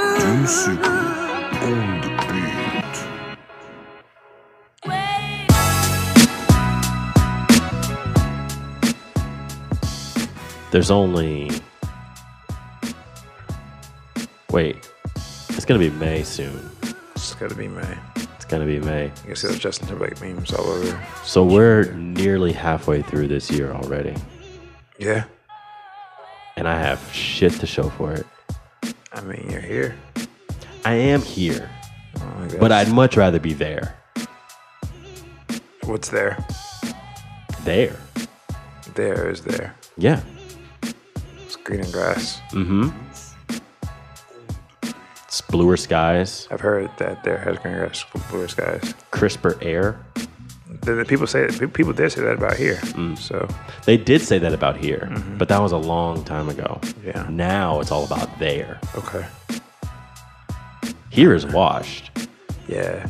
Music on the beat. There's only. Wait. It's going to be May soon. It's got to be May. It's going to be May. You can see those Justin Timberlake memes all over. So we're nearly halfway through this year already. Yeah. And I have shit to show for it. I mean, you're here. I am here, Oh my gosh. but I'd much rather be there. What's there? There. There is there. Yeah. It's green and grass. Mm hmm. It's bluer skies, I've heard that there has green grass, blue skies. crisper air. The, the people say pe- people did say that about here. Mm. So They did say that about here, but that was a long time ago. Yeah. Now it's all about there. okay. Here is washed. Yeah.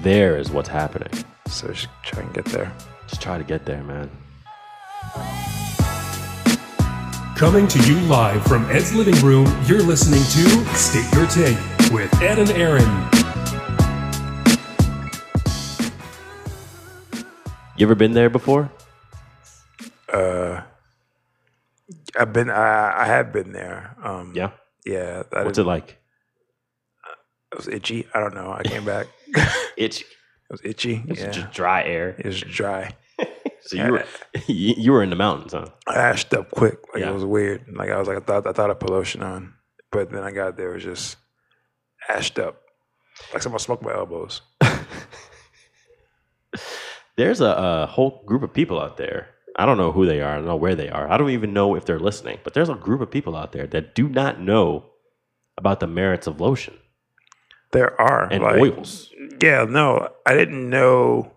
There is what's happening. So just try and get there. Just try to get there, man. Coming to you live from Ed's living room, you're listening to State Your Take with Ed and Aaron. You ever been there before? I've been. I, I have been there. Um, Yeah. Yeah. I What's it didn't- like? It was itchy. I don't know. I came back. it It's, was itchy. it's yeah. just dry air. it was dry. So you were you, you were in the mountains, huh? I ashed up quick. Like Yeah. it was weird. Like I was like I thought I thought I put lotion on, but then I got there it was just ashed up. Like someone smoked my elbows. There's a, a whole group of people out there. I don't know who they are. I don't know where they are. I don't even know if they're listening. But there's a group of people out there that do not know about the merits of lotion There are and like, oils. Yeah, no, I didn't know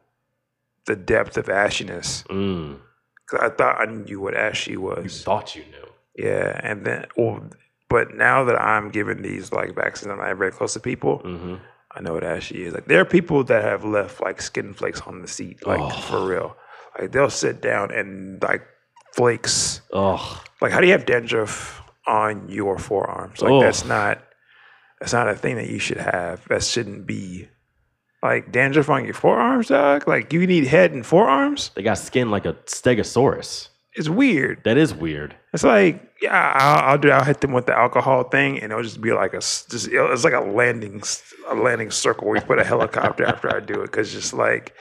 the depth of ashiness. Mm, 'Cause I thought I knew what ashy you was. thought you knew. Yeah, and then well, but now that I'm giving these like vaccines, I'm not very close to people. Mm-hmm. I know what ashy is. Like there are people that have left like skin flakes on the seat, like Oh. for real. Like they'll sit down and like flakes. Oh, Like how do you have dandruff on your forearms? Like Oh. that's not that's not a thing that you should have. That shouldn't be like dandruff on your forearms, dog. Like you need head and forearms. they got skin like a stegosaurus. It's weird. That is weird. It's like yeah, I'll, I'll do. I'll hit them with the alcohol thing, and it'll just be like a s- just. it'll- It's like a landing, s- a landing circle where you put a helicopter after I do it, because just like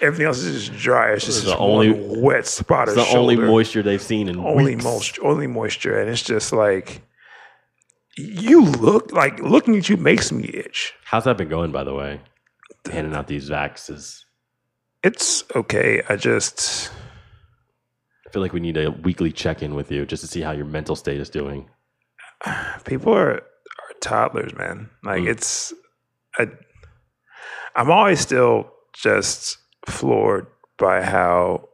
everything else is just dry. It's just The this only- one wet spot. It's of the only shoulder. moisture they've seen in only weeks. moisture, only moisture, and it's just like you look like looking at you makes me itch. How's that been going, by the way? Handing out these vaxes. It's okay. I just I feel like we need a weekly check in with you just to see how your mental state is doing. people are are toddlers, man. Like Mm. it's I I'm always still just floored by how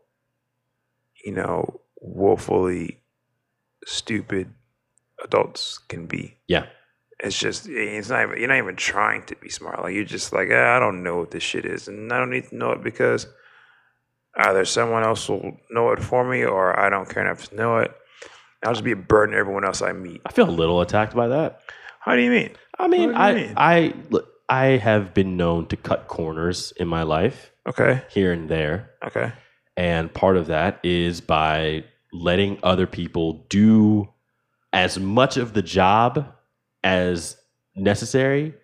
you know woefully stupid adults can be. Yeah. it's just it's not even, you're not even trying to be smart. Like you're just like "Ah, I don't know what this shit is, and I don't need to know it because either someone else will know it for me, or I don't care enough to know it. I'll just be a burden to everyone else I meet. I feel a little attacked by that. How do you mean? I mean, What do you I, mean? I, look, I have been known to cut corners in my life Okay, here and there. okay, And part of that is by letting other people do as much of the job as necessary,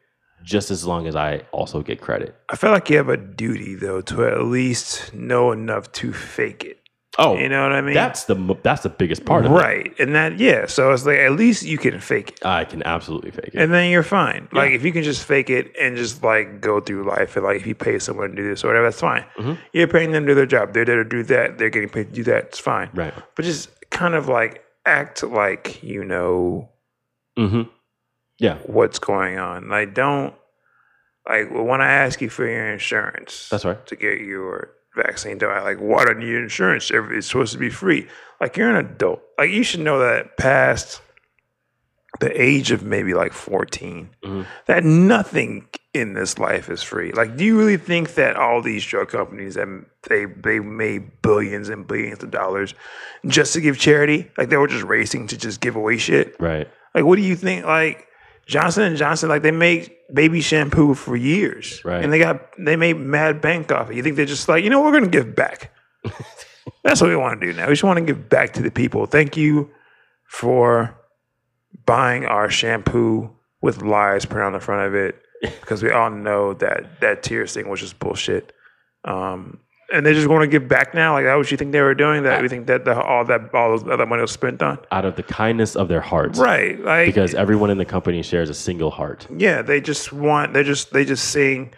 just as long as I also get credit. I feel like you have a duty though to at least know enough to fake it. Oh, You know what I mean? that's the mo- that's the biggest part of it. right, and that yeah. So it's like at least you can fake it. I can absolutely fake it. And then you're fine. Like Yeah. if you can just fake it and just like go through life and like if you pay someone to do this or whatever, that's fine. Mhm. You're paying them to do their job. They're there to do that. They're getting paid to do that. It's fine. right. But just kind of like act like you know hmm Yeah, what's going on. Like don't like when I ask you for your insurance that's right. to get your vaccine, don't act like why don't you need insurance? Every- It's supposed to be free. Like you're an adult. Like you should know that past the age of maybe like 14 Mhm. that nothing in this life is free. Like, do you really think that all these drug companies that they they made billions and billions of dollars just to give charity? Like they were just racing to just give away shit. Right. Like, what do you think? Like, Johnson and Johnson, like they make baby shampoo for years, Right. And they got they made mad bank off it. You think they're just like, you know, we're going to give back. That's what we want to do now. We just want to give back to the people. Thank you for buying our shampoo with lies printed on the front of it, because we all know that that tears thing was just bullshit. Um, and they just want to give back now. Like that, what you think they were doing? That we think that the, all that all that money was spent on, out of the kindness of their hearts. right? Like Because everyone in the company shares a single heart. Yeah, they just want they just they just sing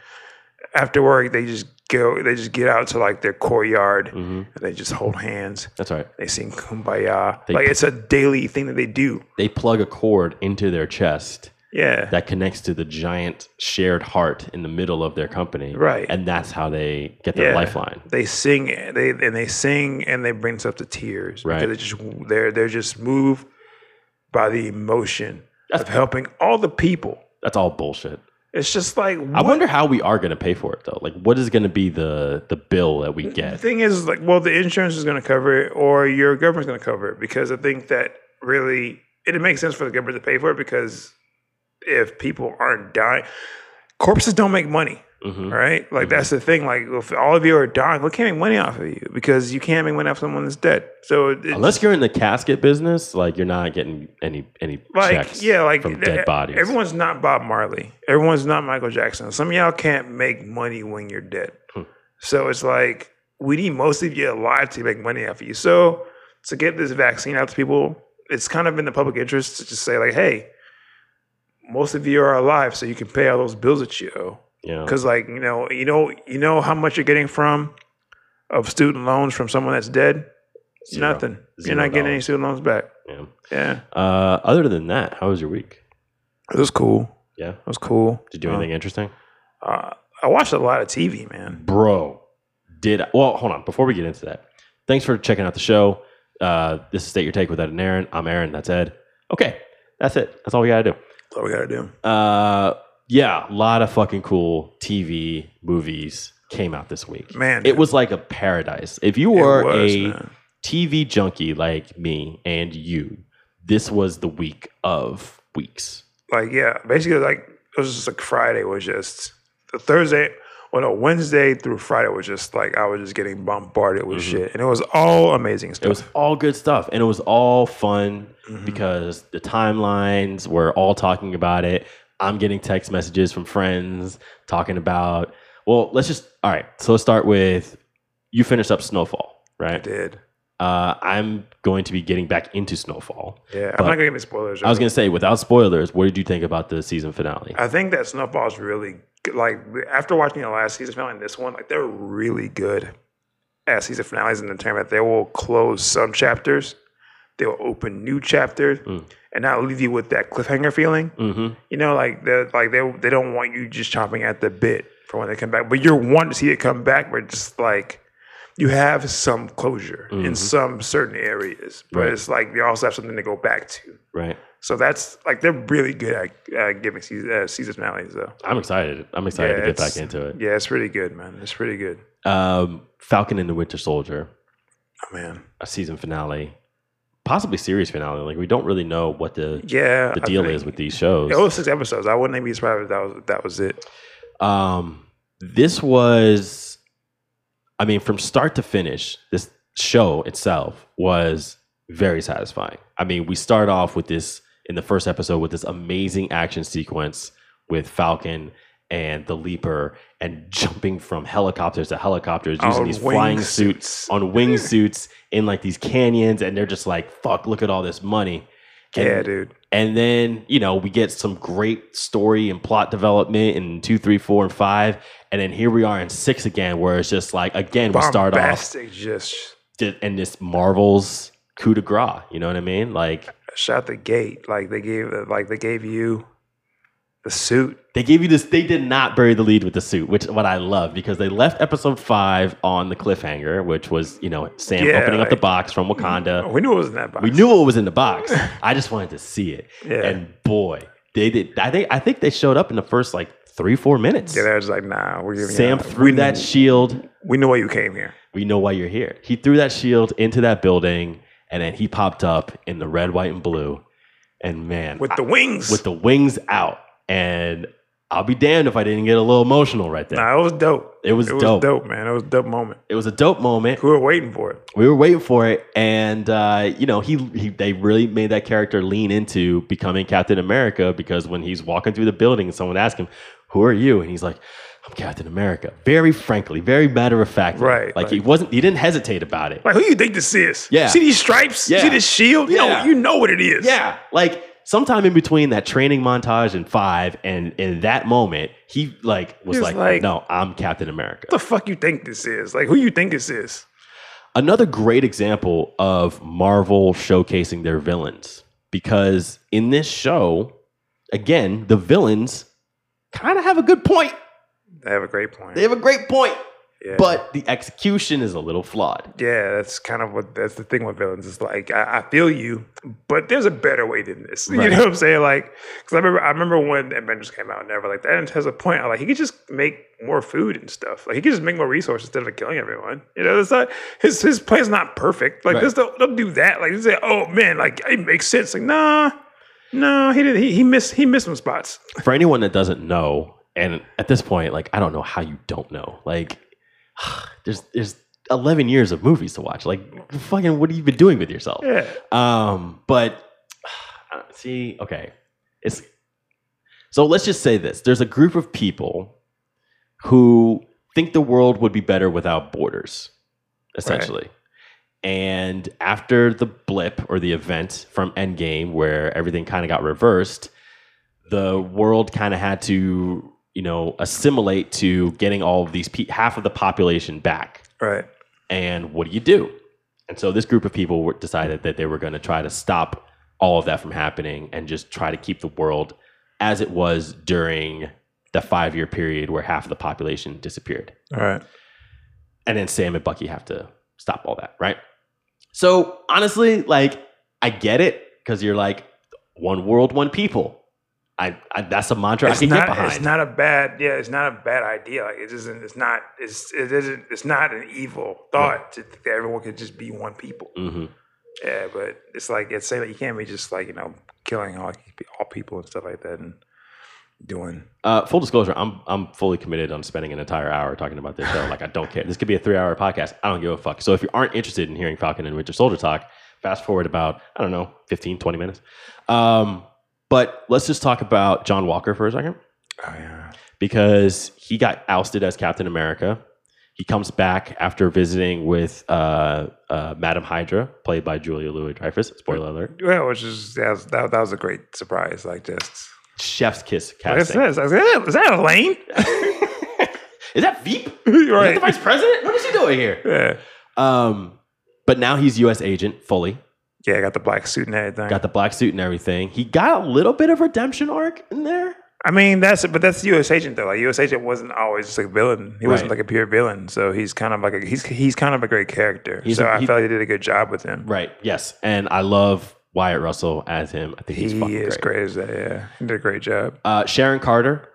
after work. They just go they just get out to like their courtyard hmm and they just hold hands. That's right. They sing kumbaya. They- like it's a daily thing that they do. They plug a cord into their chest Yeah. that connects to the giant shared heart in the middle of their company. Right. And that's how they get their Yeah. lifeline. they sing they and they sing and they bring themselves to tears Right. because they just they're they're just moved by the emotion That's- of helping all the people. That's all bullshit. It's just like I wonder how we are going to pay for it though. Like what is going to be the the bill that we The get? thing is, like, well, the insurance is going to cover it, or your government's going to cover it, because I think that really it makes sense for the government to pay for it, because if people aren't dying, corpses don't make money, Mhm. right? Like that's the thing. Like if all of you are dying, we can't make money off of you because you can't make money off someone that's dead. So it, it Unless you're in the casket business, like you're not getting any any like checks yeah, like from e- dead bodies. Everyone's not Bob Marley. Everyone's not Michael Jackson. Some of y'all can't make money when you're dead. Hmm. So it's like we need most of you alive to make money off of you. So to get this vaccine out to people, it's kind of in the public interest to just say like, hey, most of you are alive, so you can pay all those bills that you owe. yeah. Because like you know, you know, you know how much you're getting from of student loans from someone that's dead. It's Zero. Nothing. you Zero you're not getting any dollars. student loans back. yeah. Yeah, Uh, other than that, how was your week? it was cool. Yeah. It was cool. Did you do Um, anything interesting? Uh, I watched a lot of TV, man. Bro, did I, well, hold on. Before we get into that, thanks for checking out the show. Uh, this is State Your Take with Ed and Aaron. I'm Aaron. That's Ed. Okay. That's it. That's all we got to do. That's all we gotta do. Uh, yeah. A lot of fucking cool TV movies came out this week. Man, It was like a paradise. If you it were was, a man. TV junkie like me and you, this was the week of weeks. like yeah, basically like it was just like Friday was just the Thursday. Well, no, Wednesday through Friday was just like I was just getting bombarded with shit, and it was all amazing stuff. Mm-hmm. It was all good stuff, and it was all fun because the timelines were all talking about it. I'm getting text messages from friends talking about. Well, let's just all right. So let's start with you finished up Snowfall, I right? did. Uh, I'm going to be getting back into Snowfall. Yeah, But- I'm not gonna give any spoilers. I was right? going to say without spoilers, what did you think about the season finale? I think that Snowball's really good. like after watching the last season finale and this one, like they're really good at season finales in the term that they will close some chapters, they will open new chapters, Mm. and not leave you with that cliffhanger feeling. hmm You know, like they like they they don't want you just chomping at the bit for when they come back, but you're wanting to see it come back. But just like you have some closure in Mhm. some certain areas, but Right. it's like you also have something to go back to. Right. So that's like they're really good at uh, giving season, uh, season finales, though. I'm excited. I'm excited Yeah, to get back it's- into it. Yeah, it's really good, man. It's pretty good. Um, Falcon and the Winter Soldier. Oh man, a season finale, possibly series finale. Like we don't really know what the yeah. the I deal think- is with these shows. It was six episodes. I wouldn't be surprised if that was that was it. Um, this was, I mean, from start to finish, this show itself was very satisfying. I mean, we start off with this in the first episode with this amazing action sequence with Falcon and the Leaper and jumping from helicopters to helicopters using On these wing flying suits, suits. on wingsuits in like these canyons, and they're just like, "Fuck! Look at all this money." And yeah, dude. and then, you know, we get some great story and plot development in two, three, four, and five. And then here we are in six again, where it's just like, again, we start off Bombastic, just di- in this Marvel's coup de grace. You know what I mean? Like, shot the gate. Like they gave, like they gave you the suit. they gave you this, they did not bury the lead with the suit, which what I love because they left episode five on the cliffhanger, which was, you know, Sam Yeah, opening up the like- mm, oh, box from Wakanda. We knew it was in that box. We knew what was in the box. I just wanted to see it. Yeah. And boy, they did. I think, I think they showed up in the first like three, four minutes. Yeah, they was like, nah, we're giving Sam you threw we, that shield. we know why you came here. We know why you're here. He threw that shield into that building, and then he popped up in the red, white, and blue, And man, with the wings. with the wings out. And I'll be damned if I didn't get a little emotional right there. nah, it was dope. It was It was dope. dope. man. It was a dope moment. It was a dope moment. We were waiting for it. We were waiting for it, and uh, you know he, he they really made that character lean into becoming Captain America because when he's walking through the building and someone asks him, "Who are you?" and he's like, "I'm Captain America." Very frankly, very matter of fact, Right, Like he like- wasn't he didn't hesitate about it. Like, who you think this is? Yeah. See these stripes? Yeah. See this shield? You Yeah. know, you know what it is. Yeah, like sometime in between that training montage and five, and in that moment, he like was He was like, like, "No, I'm Captain America." What the fuck you think this is? Like, who you think this is? another great example of Marvel showcasing their villains because in this show, again, the villains kind of have a good point. They have a great point. They have a great point, yeah. but the execution is a little flawed. yeah, that's kind of what that's the thing with villains. It's like I, I feel you, but there's a better way than this. You Right. know what I'm saying? Like, because I remember I remember when Avengers came out, and never like that has a point. I'm like, he could just make more food and stuff. Like, he could just make more resources instead of killing everyone. You know, it's not his his plan's not perfect. Like, Right. this don't don't do that. Like, you say, oh man, like it makes sense. Like, nah, no, he didn't. He, he missed he missed some spots. For anyone that doesn't know, and at this point, like I don't know how you don't know. Like there's there's 11 years of movies to watch. Like fucking what have you been doing with yourself? Yeah, Um, but uh, see, okay, it's so. Let's just say this: there's a group of people who think the world would be better without borders, essentially. And after the blip or the event from Endgame, where everything kind of got reversed, the world kind of had to, you know, assimilate to getting all of these pe- half of the population back right. and what do you do? And so this group of people were- decided that they were going to try to stop all of that from happening and just try to keep the world as it was during the five year period where half of the population disappeared. All right. And then Sam and Bucky have to stop all that, right? So honestly, like, I get it because you're like, one world, one people. I, I that's a mantra I It's can not, get behind. it's not a bad yeah. It's not a bad idea. Like it isn't. It's not. It's it isn't. It's not an evil thought to think that everyone could just be one people. hmm Yeah, but it's like it's saying that you can't be just like you know killing all all people and stuff like that and doing. Uh, full disclosure, I'm I'm fully committed on spending an entire hour talking about this show. Like I don't care. This could be a three hour podcast. I don't give a fuck. So if you aren't interested in hearing Falcon and Winter Soldier talk, fast forward about I don't know 15, 20 minutes. Um, but let's just talk about John Walker for a second Oh yeah. because he got ousted as Captain America. He comes back after visiting with uh, uh, Madam Hydra, played by Julia Louis Dreyfus. Spoiler alert. Well, which is that was, that, that was a great surprise. Like just. Chef's kiss Like I casting. said, I was like, "Eh, is that Elaine? Is that Veep? Is that the right. vice president? What is he doing here? Yeah. Um, but now he's U.S. agent fully. Yeah, I got the black suit and everything. Got the black suit and everything. He got a little bit of redemption arc in there. I mean, that's but that's the U.S. agent though. Like U.S. agent wasn't always just like a villain. He wasn't Right. like a pure villain. So he's kind of like a, he's he's kind of a great character. He's so a- I he- felt he did a good job with him. Right. Yes. And I love Wyatt Russell as him. I think he's he fucking is great. great. as that. Yeah, he did a great job. Uh, Sharon Carter,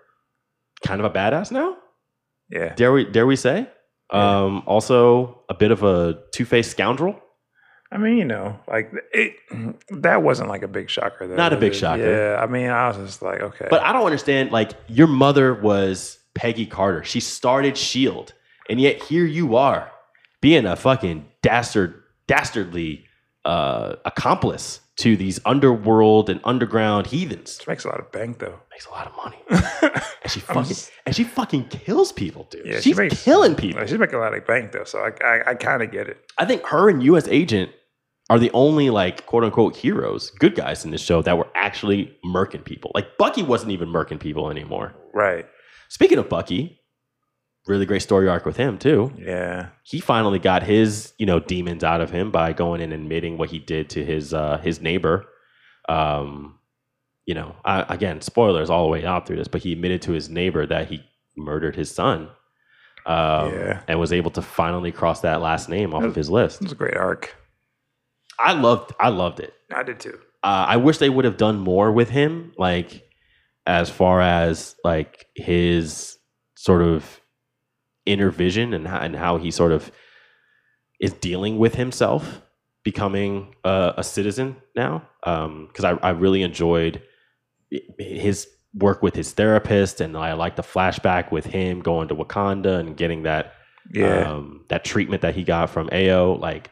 kind of a badass now. Yeah, Dare we? Dare we say? Yeah. Um, also a bit of a two-faced scoundrel. I mean, you know, like it that wasn't like a big shocker though. Not a was big it? shocker. Yeah, I mean, I was just like, okay, But I don't understand. Like your mother was Peggy Carter. She started Shield, E and yet here you are being a fucking dastard, dastardly uh, accomplice to these underworld and underground heathens. she makes a lot of bank though. Makes a lot of money, yeah, and she I'm fucking s- and she fucking kills people, dude. she She's makes- killing people. She's making a lot of bank though, so I I, I kind of get it. I think her and U.S. Agent are the only like quote unquote heroes, good guys in this show that were actually murking people. Like Bucky wasn't even murking people anymore. Right. Speaking of Bucky, really great story arc with him too. Yeah. He finally got his you know demons out of him by going in and admitting what he did to his uh, his neighbor. Um, you know, I, again, spoilers all the way out through this, but he admitted to his neighbor that he murdered his son. Um, Yeah. and was able to finally cross that last name off of his list. It was a great arc. I loved, I loved it. I did too. uh, I wish they would have done more with him, like as far as like his sort of inner vision and how, and how he sort of is dealing with himself. becoming a, a citizen now because I, I really enjoyed i- his work with his therapist, and I like the flashback with him going to Wakanda and getting that Yeah. um, that treatment that he got from Ao. Like,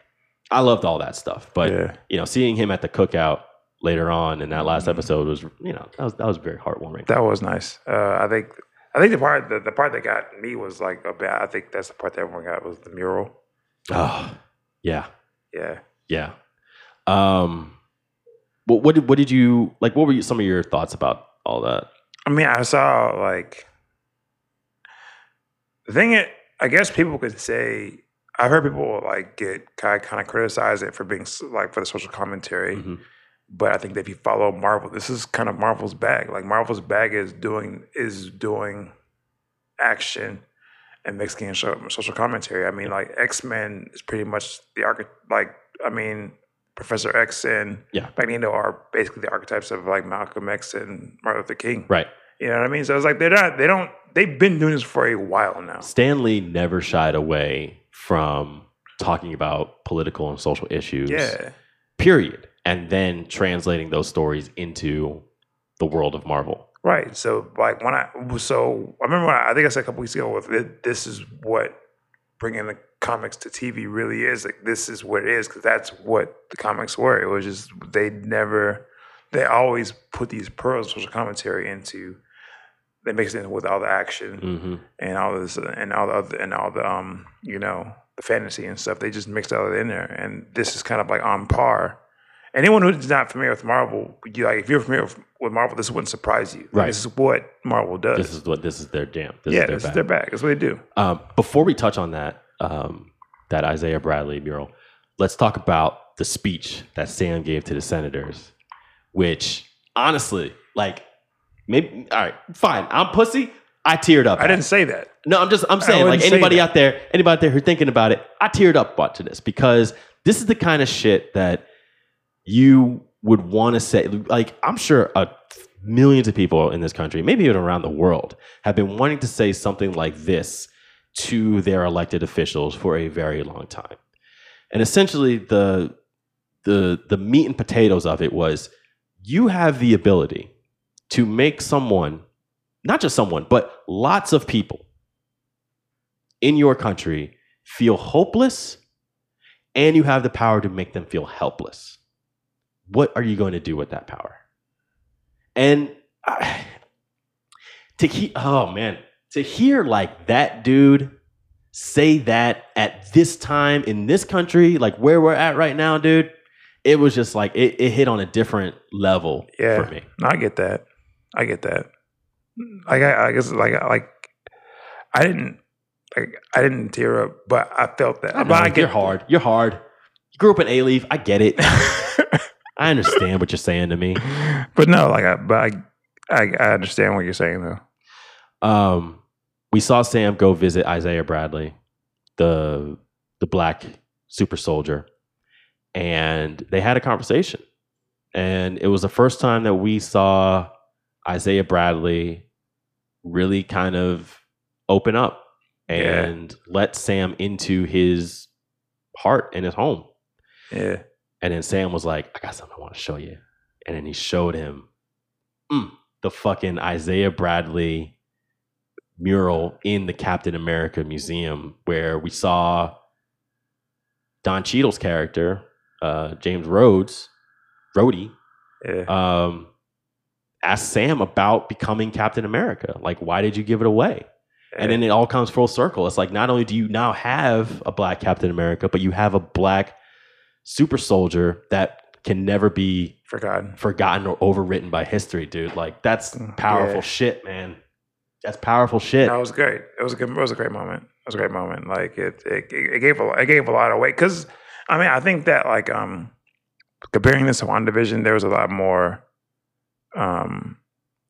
I loved all that stuff, but yeah. you know, seeing him at the cookout later on in that last episode was, you know, that was that was very heartwarming. Mm-hmm. That was nice. Uh, I think I think the part the, the part that got me was like about I think that's the part that everyone got was the mural. oh, yeah, Yeah. yeah. Um, what what did, what did you like? What were you, some of your thoughts about all that? I mean, I saw like the thing. It I guess people could say I've heard people like get kind kind of criticize it for being s- like for the social commentary, Mhm. but I think that if you follow Marvel, this is kind of Marvel's bag. Like Marvel's bag is doing is doing action and Mexican so- social commentary. I mean, like X Men is pretty much the arch. Like I mean, Professor X and Yeah. Magneto are basically the archetypes of like Malcolm X and Martin Luther King. Right. You know what I mean? So it's like they're not, they don't, they've been doing this for a while now. Stanley never shied away from talking about political and social issues. Yeah. Period. And then translating those stories into the world of Marvel. Right. So like when I, so I remember when I, I think I said a couple weeks ago, with it, this is what bringing the comics to TV really is. Like this is what it is because that's what the comics were. It was just they never, they always put these pearls of social commentary into. They mix it in with all the action hmm and all this and all the other, and all the um you know the fantasy and stuff. They just mixed all that in there, and this is kind of like on par. Anyone who's not familiar with Marvel, you like if you're familiar with- with Marvel, this wouldn't surprise you. Like, Right. This is what Marvel does. This is what this is their jam. This yeah, is their this bag. is their back. That's what they do. Um, before we touch on that, um, that Isaiah Bradley mural, let's talk about the speech that Sam gave to the senators, which honestly, like, maybe, all right, fine, I'm pussy. I teared up. I didn't say that. No, I'm just I'm saying like wouldn't say anybody that. out there, anybody out there who's thinking about it, I teared up watching this because this is the kind of shit that you would want to say. Like I'm sure uh millions of people in this country, maybe even around the world, have been wanting to say something like this to their elected officials for a very long time. And essentially the the the meat and potatoes of it was you have the ability to make someone not just someone but lots of people in your country feel hopeless and you have the power to make them feel helpless what are you going to do with that power and I, to he, oh man to hear like that dude say that at this time in this country like where we're at right now dude it was just like it, it hit on a different level Yeah. for me No, I get that. I get that. Like I, I guess like I- like I didn't like I didn't tear up, but I felt that. I know, but I you're get hard you're hard you grew up in a leaf i get it i understand what you're saying to me but no, like I, but I, I, I understand what you're saying though. Um, we saw Sam go visit Isaiah Bradley, the the black super soldier, and they had a conversation. And it was the first time that we saw Isaiah Bradley really kind of open up Yeah. and let Sam into his heart and his home. Yeah, And then Sam was like, I got something I want to show you. And then he showed him mm, the fucking Isaiah Bradley mural in the Captain America Museum where we saw Don Cheadle's character, uh, James Rhodes, Rhodey, yeah, um, asked Sam about becoming Captain America. Like, why did you give it away? And then it all comes full circle. It's like not only do you now have a black Captain America, but you have a black super soldier that can never be forgotten. forgotten or overwritten by history, dude. Like that's Mm, powerful yeah. shit, man. That's powerful shit. That was great. It was a good, it was a great moment. It was a great moment. Like it, it, it gave a, it gave a lot of weight. Cause I mean, I think that like um, comparing this to one division, there was a lot more. Um,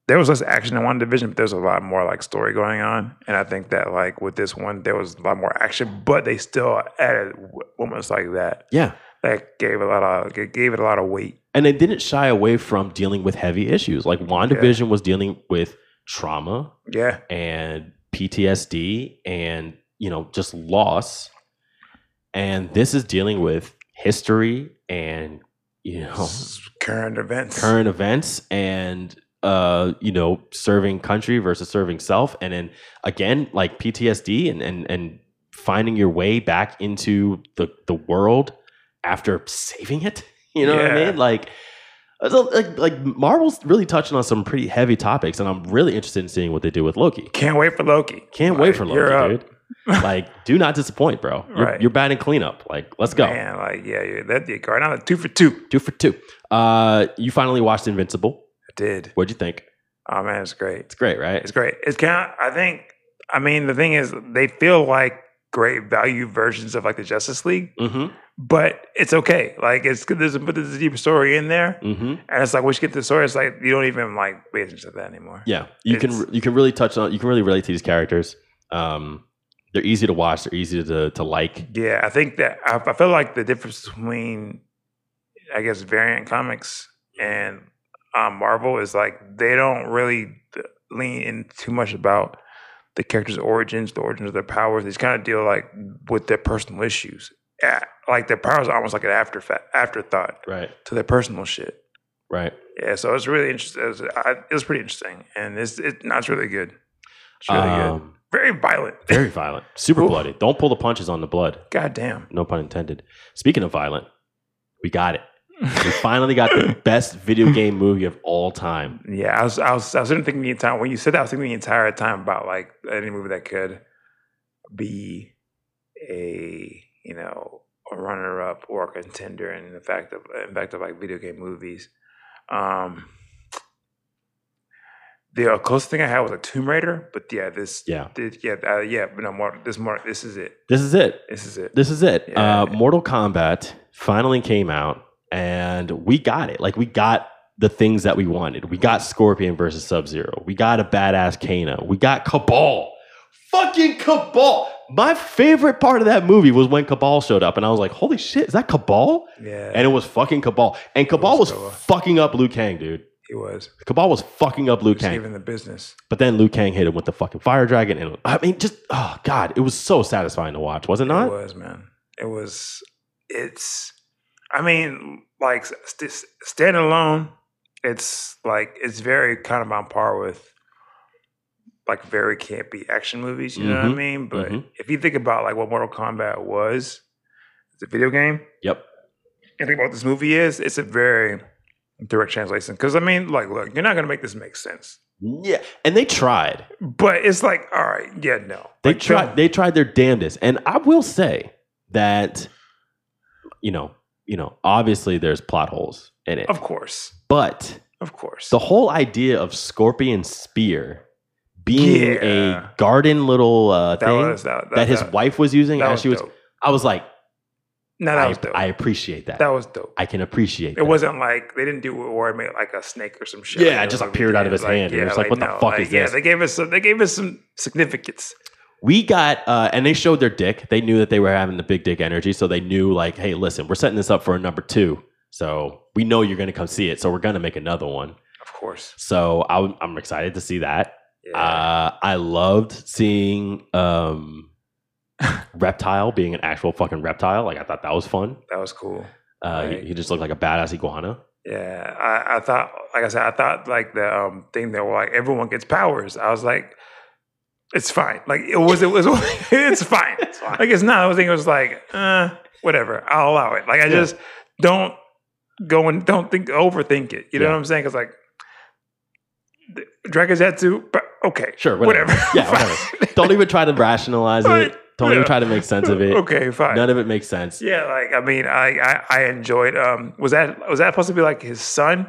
there was less action in one division, but there's a lot more like story going on. And I think that like with this one, there was a lot more action, but they still added w- moments like that. yeah. That gave a lot of, it gave it a lot of weight. And they didn't shy away from dealing with heavy issues. Like WandaVision was dealing with trauma Yeah. and PTSD and, you know, just loss. And this is dealing with history and you know Current events. current events and uh you know serving country versus serving self and then again like PTSD and and and finding your way back into the the world after saving it you know what I Yeah. mean like it's a- like, like Marvel's really touching on some pretty heavy topics, and I'm really interested in seeing what they do with Loki. Can't wait for Loki. Can't Like, wait for you're up. Loki, dude. like, do not disappoint, bro. You're, Right. you're batting cleanup. Like, let's go. Man, like yeah, yeah that'd be a card. Now two for two. Two for two. Uh, you finally watched Invincible. I did. What'd you think? Oh man, it's great. It's great, right? It's great. It's kind of, I think, I mean, the thing is, they feel like great value versions of like the Justice League, Mm-hmm. but it's okay. Like, it's good. There's, but there's a deep story in there. Mm-hmm. And it's like, once you get the story, it's like, you don't even like pay attention to that anymore. Yeah, you It's- can you can really touch on you can really relate to these characters. Um, they're easy to watch. They're easy to to like. Yeah, I think that I, I feel like the difference between, I guess, variant comics and um, Marvel is like they don't really uh, lean in too much about the characters' origins, the origins of their powers. They just kind of deal like with their personal issues. Yeah, like their powers are almost like an after afterthought Right. to their personal shit. Right. Yeah, so it's really interesting. It was, I, it was pretty interesting, and it's it, no, it's really good. It's really good. Um, Very violent. Very violent. Super Oof. bloody. Don't pull the punches on the blood. Goddamn. No pun intended. Speaking of violent, we got it. We finally got the best video game movie of all time. Yeah, I was, I was, I was sitting thinking the entire when you said that, I was thinking the entire time about like any movie that could be a you know a runner up or a contender in the fact of in fact of like video game movies. Um, the uh, closest thing I had was a Tomb Raider, but yeah, this Yeah. this- yeah uh, yeah no more this more this is it This is it. this is it This is it. Yeah. Uh, Mortal Kombat finally came out, and we got it. Like we got the things that we wanted. We got Scorpion versus Sub Zero. We got a badass Kana. We got Cabal. Fucking Cabal. My favorite part of that movie was when Cabal showed up, and I was like, "Holy shit, is that Cabal?" yeah And it was fucking Cabal. And Cabal was was Cabal. fucking up Liu Kang, dude. he was Cabal was fucking up Liu he was Kang. even the business But then Liu Kang hit him with the fucking fire dragon, and I mean, just oh god, it was so satisfying to watch, was it not? It was, man. It was. It's. I mean, like st- standing alone, it's like it's very kind of on par with like very campy action movies. You know what I Mhm, mean? But mhm. if you think about like what Mortal Kombat was, it's a video game. Yep. And think about what this movie is. It's a very direct translation. Because I mean, like, look, you're not gonna make this make sense. Yeah, and they tried. But it's like, all right, yeah, no. They Like, tried. don't- They tried their damnedest, and I will say that, you know, you know, obviously there's plot holes in it, Of course, but of course. the whole idea of Scorpion Spear being Yeah. a garden little uh, thing that, that, his wife was using that as she was, dope. I was like, No, that I, was dope. I appreciate that. that was dope. I can appreciate. It that. wasn't like they didn't do it where it made like a snake or some shit. Yeah, it it just was appeared out of his like, hand, and you're just like, what the fuck is Yeah, this? they gave us some. They gave us some significance. We got, uh, and they showed their dick. They knew that they were having the big dick energy. So they knew, like, hey, listen, we're setting this up for a number two. So we know you're going to come see it. So we're going to make another one. Of course. So I'm, I'm excited to see that. Yeah. Uh, I loved seeing um, Reptile being an actual fucking reptile. Like, I thought that was fun. that was cool. Uh, he- Right. he, just looked like a badass iguana. Yeah, I, I thought, like I said, I thought like the um, thing that were like everyone gets powers. I was like, it's fine. Like it was, it was, it's fine. Like it's not. I was thinking it was like, uh, whatever. I'll allow it. Like I Yeah. just don't go and don't think overthink it. You know Yeah. what I'm saying? Because like, th- Dragon's Tattoo, but okay, Sure, whatever. whatever. Yeah, whatever. Fine. Don't even try to rationalize it. Right. Don't Yeah. even try to make sense of it. Okay, fine. None of it makes sense. yeah, like I mean, I, I I enjoyed. Um, was that was that supposed to be like his son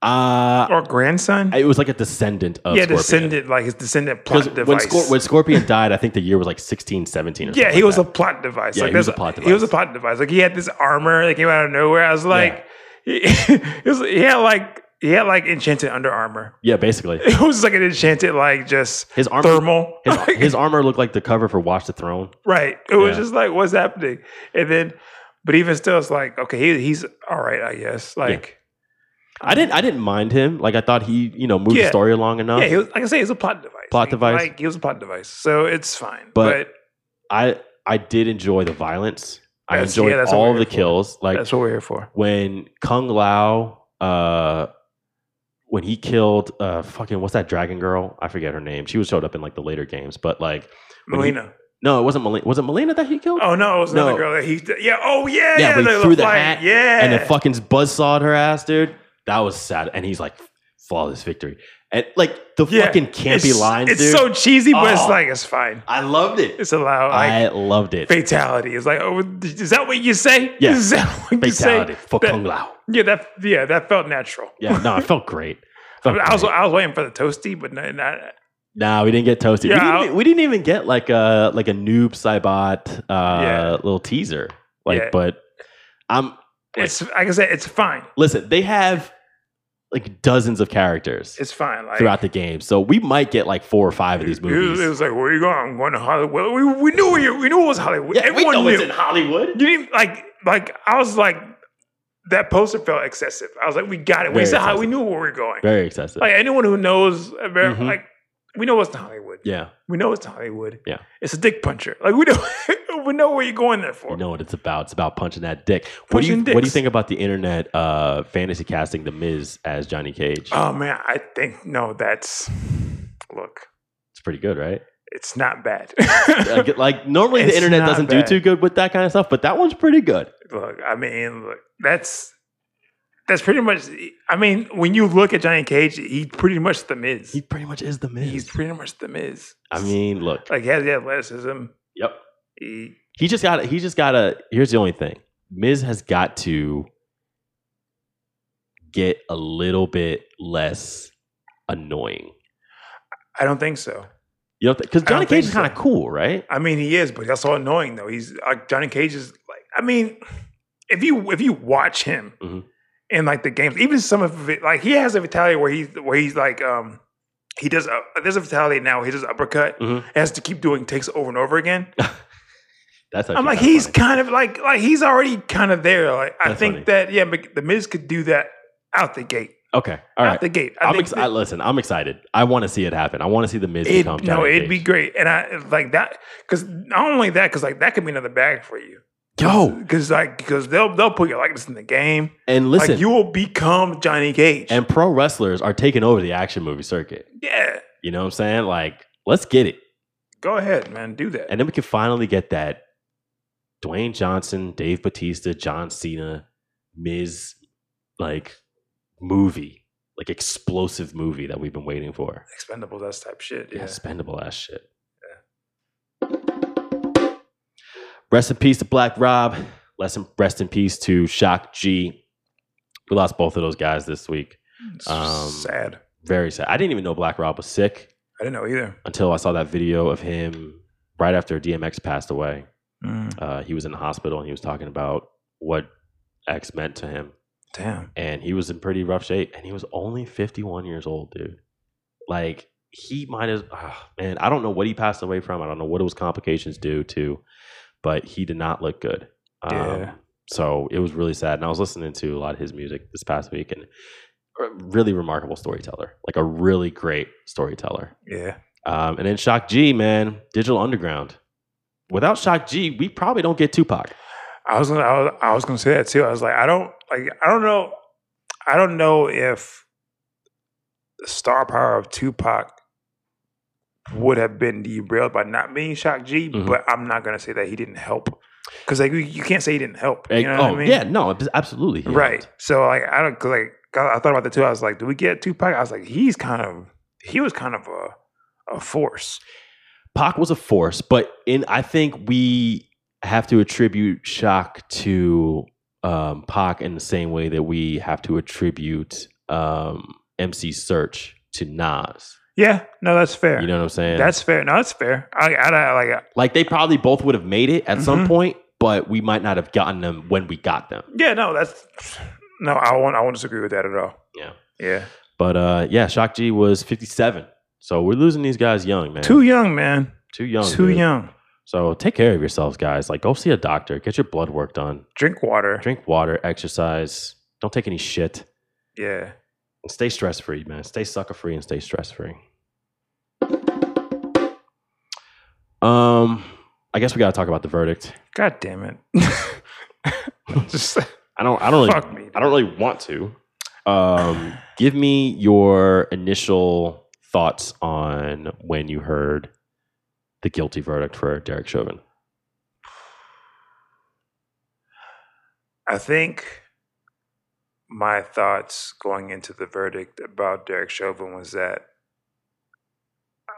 Uh, or grandson? it was like a descendant of yeah, Scorpion. descendant, like his descendant plot Because device. when, Scor- when Scorpion died, I think the year was like 16, 17 or yeah, something he like was that. a plot device. Yeah, like, he was that's- a plot He was a device. plot device. Like he had this armor that came out of nowhere. I was like, he, it was, he had like he had like enchanted under armor. yeah, basically. It was like an enchanted like just His armor thermal. his, Like, his armor looked like the cover for Watch the Throne. right. It was Yeah. just like what's happening, and then but even still, it's like okay, he, he's all right, I guess. Like I didn't I didn't mind him. Like I thought he, you know, moved the Yeah. story along enough. yeah, he was, like I say, he's a plot device. Plot Like- device. Like he was a plot device, so it's fine. But- but I I did enjoy the violence. I That's- enjoyed yeah, that's what all the we're here for. kills. Like That's what we're here for. when Kung Lao, uh, when he killed uh, fucking what's that dragon girl? I forget her name. She was showed up in like the later games, but like when he- Melina. no, it wasn't Melina. Was it Melina that he killed? Oh no, it was another No. girl that he. Yeah. Oh yeah. Yeah, Yeah. but he they threw look the like- hat Yeah. and then fucking buzzsawed her ass, dude. That was sad. And he's like, flawless victory. And like the Yeah, fucking campy it's, lines, It's dude. so cheesy, but it's Oh. like it's fine. I loved it. It's allowed. Like, I loved it. fatality. It's like, oh, is that what you say? Yeah. Is that what you Fatality say? for That- Kung Lao. Yeah, that yeah, that felt natural. Yeah, no, it felt great. I, Felt mean, I was great. I was waiting for the toasty, but not, not Nah, we didn't get toasted. Yeah, we, didn't, I'll- even- we didn't even get like a like a noob cybot uh, Yeah. little teaser. Like, Yeah. but I'm it's like I said, it's fine. listen. They have like dozens of characters It's fine. Like throughout the game, so we might get like four or five of these it, was, it movies. was like, where are you going? I'm going to Hollywood. We, we knew we, we knew it was Hollywood. Yeah, we Everyone know knew. it's in Hollywood. you didn't like like I was like that poster felt excessive. I was like, we got it. Very we saw how we excessive. knew where we were going. Very excessive. Like anyone who knows, Amer- Mhm. like we know it's Hollywood. yeah, We know it's Hollywood. Yeah. It's a dick puncher. Like we know we know where you're going there for. you know what it's about. It's about punching that dick. What do you Punching What do you dicks. think about the internet uh, fantasy casting the Miz as Johnny Cage? Oh man, I think no, that's look, it's pretty good, right? it's not bad. like, like, normally the It's internet not doesn't bad. do too good with that kind of stuff, but that one's pretty good. look, I mean, look, that's that's pretty much. I mean, when you look at Johnny Cage, he pretty much the Miz. He pretty much is the Miz. He's pretty much the Miz. I mean, look. like he has the athleticism. Yep. He, He just got. He just got to. Here's the only thing. Miz has got to get a little bit less annoying. I don't think so. You know, because I don't Johnny Cage think is kind of so. cool, right? I mean, he is, but that's all annoying though. He's like Johnny Cage is like. I mean, if you if you watch him Mhm. in like the games, even some of it, like he has a fatality where he's where he's like um he does a, there's a fatality now where he does an uppercut Mhm. and has to keep doing takes over and over again. That's. actually I'm like kinda he's funny. kind of like like he's already kind of there. Like I That's think funny. that yeah, but the Miz could do that out the gate. okay. All Out right. the gate. I'm think ex- that- I, listen. I'm excited. I want to see it happen. I want to see the Miz It, become. no, Johnny it'd be Cage. great, and I like that because not only that, because like that could be another bag for you. yo. because like because they'll they'll put you like this in the game. And listen, like you will become Johnny Cage. and pro wrestlers are taking over the action movie circuit. yeah, You know what I'm saying? Like, let's get it. go ahead, man, do that. And then we can finally get that Dwayne Johnson, Dave Batista, John Cena, Miz, like movie, like explosive movie that we've been waiting for. Expendables, that type shit. Yeah, Yeah. spendable ass shit. Rest in peace to Black Rob. Rest in, rest in peace to Shock G. We lost both of those guys this week. It's Um, sad. Very sad. I didn't even know Black Rob was sick. I didn't know either. until I saw that video of him right after DMX passed away. Mm, Uh, he was in the hospital and he was talking about what X meant to him. Damn. And he was in pretty rough shape. And he was only 51 years old, dude. Like, he might as ah, man, I don't know what he passed away from. I don't know what it was complications due to, but he did not look good. Um, Yeah. so it was really sad. And I was listening to a lot of his music this past week and a really remarkable storyteller, like a really great storyteller. Yeah. Um, and then Shock G, man, Digital Underground. Without Shock G, we probably don't get Tupac. I was gonna I was, I was gonna say that too. I was like, I don't like I don't know I don't know if the star power of Tupac would have been derailed by not being Shock G, Mhm. but I'm not gonna say that he didn't help. Cause like you, you can't say he didn't help. You Like, know oh what I mean? yeah, no, ab- absolutely, he right. helped. So like I don't 'cause, like 'cause I thought about that too. I was like, do we get Tupac? I was like, he's kind of he was kind of a a force. Pac was a force, but in I think we have to attribute Shock to um, Pac in the same way that we have to attribute um, MC Search to Nas. Yeah, no, that's fair. You know what I'm saying? that's fair. No, that's fair. I, I, I like like they probably both would have made it at some Mhm. point, but we might not have gotten them when we got them. Yeah, no, that's no. I won't. I won't disagree with that at all. Yeah. Yeah, But uh, yeah, Shock G was 57. So we're losing these guys young, man. too young, man. too young. too dude. young. So take care of yourselves, guys. Like, go see a doctor. Get your blood work done. Drink water. Drink water. Exercise. Don't take any shit. Yeah, And stay stress free, man. Stay sucker free and stay stress free. Um, I guess we got to talk about the verdict. God damn it. Just- I don't. I don't Fuck really. me, dude. I don't really want to. Um, give me your initial thoughts on when you heard the guilty verdict for Derek Chauvin. I think my thoughts going into the verdict about Derek Chauvin was that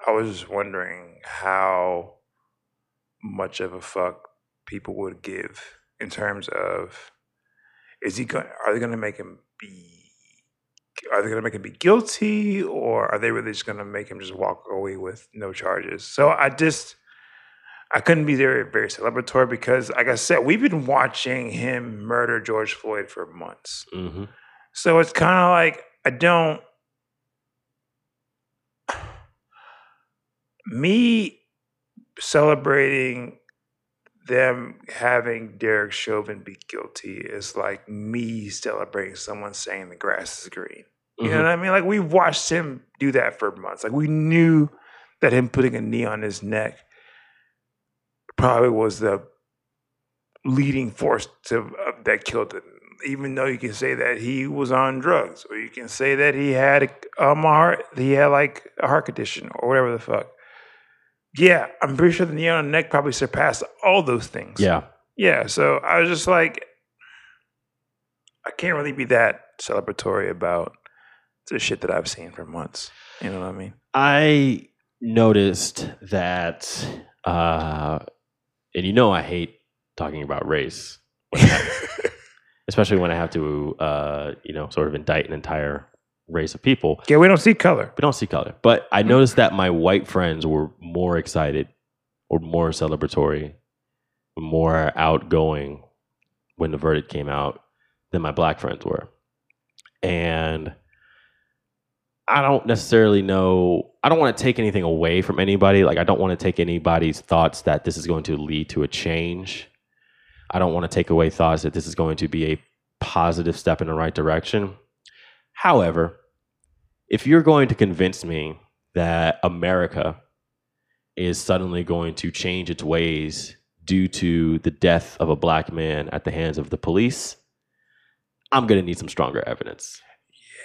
I was just wondering how much of a fuck people would give in terms of is he going are they going to make him be are they going to make him be guilty or are they really just going to make him just walk away with no charges so i just I couldn't be very very celebratory because, like I said, we've been watching him murder George Floyd for months. Mm-hmm. So it's kind of like I don't. Me celebrating them having Derek Chauvin be guilty is like me celebrating someone saying the grass is green. Mm-hmm. You know what I mean? Like we watched him do that for months. Like we knew that him putting a knee on his neck probably was the leading force to of- that killed him. Even though you can say that he was on drugs, or you can say that he had a- um, a heart, he had like a heart condition or whatever the fuck. Yeah, I'm pretty sure the knee on the neck probably surpassed all those things. Mm-hmm. Yeah. Yeah, so I was just like, I can't really be that celebratory about the shit that I've seen for months. You know what I mean? I noticed that, uh, and you know, I hate talking about race, when I have- especially when I have to, uh, you know, sort of indict an entire race of people. Yeah, we don't see color. We don't see color, but I noticed that my white friends were more excited, or more celebratory, more outgoing when the verdict came out than my black friends were, and. I don't necessarily know. I don't want to take anything away from anybody. Like, I don't want to take anybody's thoughts that this is going to lead to a change. I don't want to take away thoughts that this is going to be a positive step in the right direction. However, if you're going to convince me that America is suddenly going to change its ways due to the death of a black man at the hands of the police, I'm going to need some stronger evidence.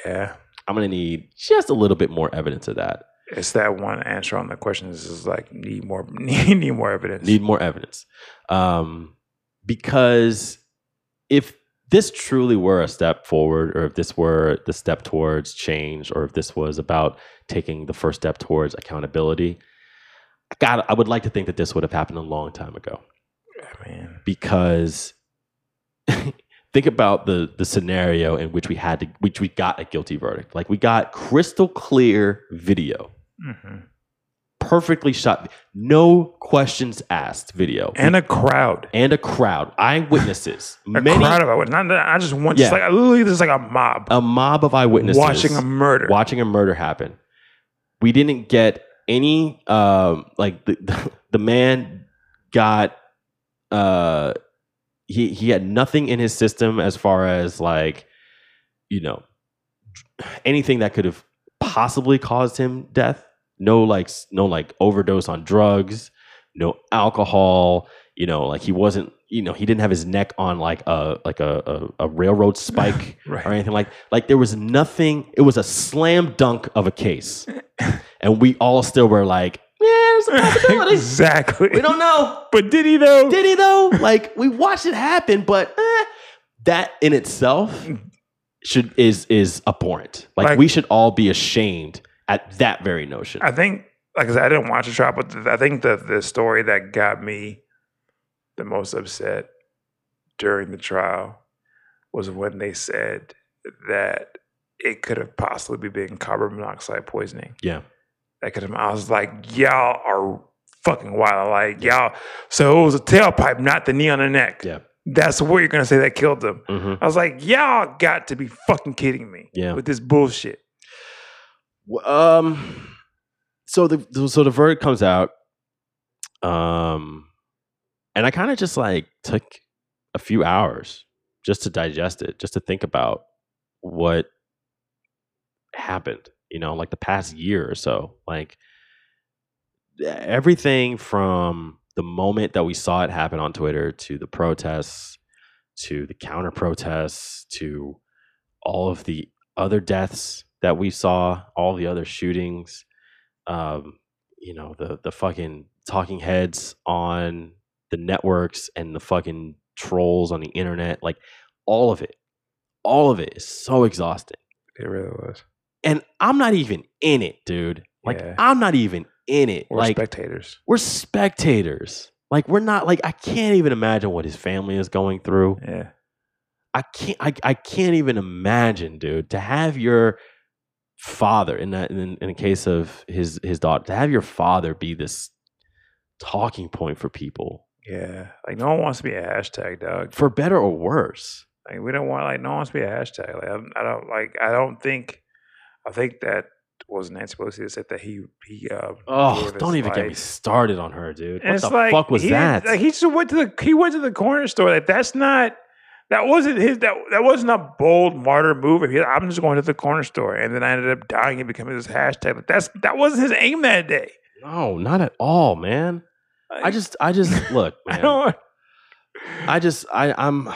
Yeah, I'm gonna need just a little bit more evidence of that. it's that one answer on the questions is like need more need, need more evidence. Need more evidence, um, because if this truly were a step forward, or if this were the step towards change, or if this was about taking the first step towards accountability, I got. I would like to think that this would have happened a long time ago. I mean, because think about the the scenario in which we had to which we got a guilty verdict like we got crystal clear video mhm. perfectly shot no questions asked video and a crowd, and a crowd eyewitnesses a many crowd of it. Not I just want just Yeah. like I literally just like a mob a mob of eyewitnesses watching a murder. watching a murder happen. We didn't get any um like the the, man got uh he he had nothing in his system as far as like you know anything that could have possibly caused him death. No like s- no like overdose on drugs, no alcohol, you know, like he wasn't you know, he didn't have his neck on like a like a a, a railroad spike right. or anything like like there was nothing it was a slam dunk of a case and we all still were like yeah there's a possibility exactly. we don't know But did he though? did he though like we watched it happen but eh, that in itself should is is abhorrent like, Like- we should all be ashamed at that very notion I think, like I said, I didn't watch the trial, but th- I think the the story that got me the most upset during the trial was when they said that it could have possibly been carbon monoxide poisoning. Yeah. that could have. I was like, y'all are fucking wild. Like y'all. So it was a tailpipe, not the knee on the neck. Yeah. That's what you're gonna say that killed them. Mhm. I was like, y'all got to be fucking kidding me. Yeah. With this bullshit. W- um so the so the verdict comes out um and i kind of just like took a few hours just to digest it just to think about what happened you know like the past year or so like everything from the moment that we saw it happen on Twitter to the protests, to the counter protests, to all of the other deaths that we saw, all the other shootings, um, you know, the the fucking talking heads on the networks and the fucking trolls on the internet, like all of it, all of it is so exhausting. It really was. And I'm not even in it, dude. Like Yeah. I'm not even in it. We're like spectators. we're spectators. Like we're not like I can't even imagine what his family is going through. Yeah. I can't I, I can't even imagine, dude, to have your father in that in, in the case of his his daughter, to have your father be this talking point for people, Yeah. Like no one wants to be a hashtag dog. for better or worse. Like we don't want like no one wants to be a hashtag. Like I don't, I don't like I don't think I think that was Nancy Pelosi that said that he he uh Oh, gave don't his even get me life. started on her, dude. And What it's the like, fuck was he that? didn't- Like he just went to the he went to the corner store. Like that's not that wasn't his that that wasn't a bold martyr move. If he, I'm just going to the corner store, and then I ended up dying and becoming this hashtag. Like that's that wasn't his aim that day. no, not at all, man. I Like, just I just look, I man. don't. I just I I'm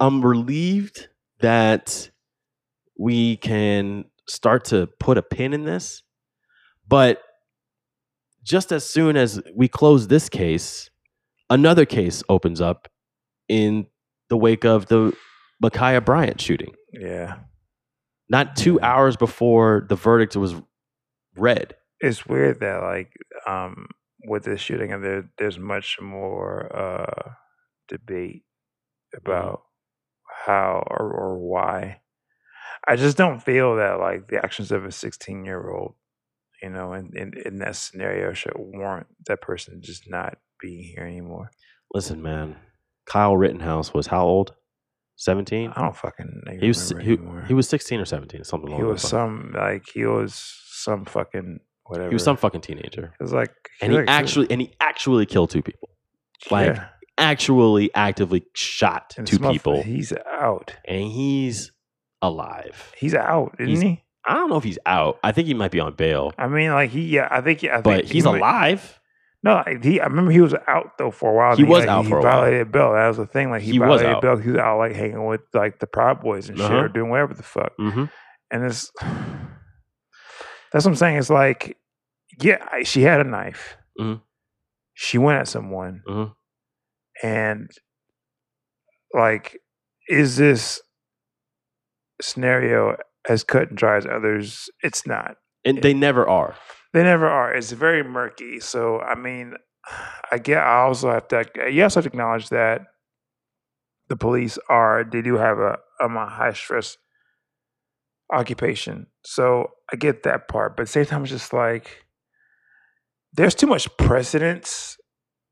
I'm relieved that we can start to put a pin in this. But just as soon as we close this case, another case opens up in the wake of the Micaiah Bryant shooting. Yeah, Not 2 hours before the verdict was read. it's weird that like um with this shooting, and there there's much more uh debate Mm-hmm. about how or, or why. I just don't feel that like the actions of a 16 year old, you know, in, in in that scenario should warrant that person just not being here anymore. Listen, man. Kyle Rittenhouse was how old? 17? I don't fucking even He was remember he, anymore. he was 16 or 17, something He along was those lines. some like he was some fucking whatever. He was some fucking teenager. It was like And he like- actually and he actually killed two people. like, Actually actively shot And two Smuff- people He's out. and he's alive. He's out, isn't He's- he? I don't know if he's out. I think he might be on bail. I mean, like he, yeah, I think, I think But he he's might- alive. No, like, he. I remember he was out though for a while. He was like, out he for a while. violated bail. That was the thing. Like he, He was violated out. bail. He was out like hanging with like the Proud Boys and shit, Uh-huh. or doing whatever the fuck. Mm-hmm. And it's that's what I'm saying. It's like, yeah, I- she had a knife. Mhm. She went at someone, Mhm. and like, is this scenario as cut and dry as others? It's not. And they never are. They never are. It's very murky. So I mean, I get. I also have to. You also have to acknowledge that the police are. They do have a um, a high stress occupation. So I get that part. But at the same time, it's just like there's too much precedence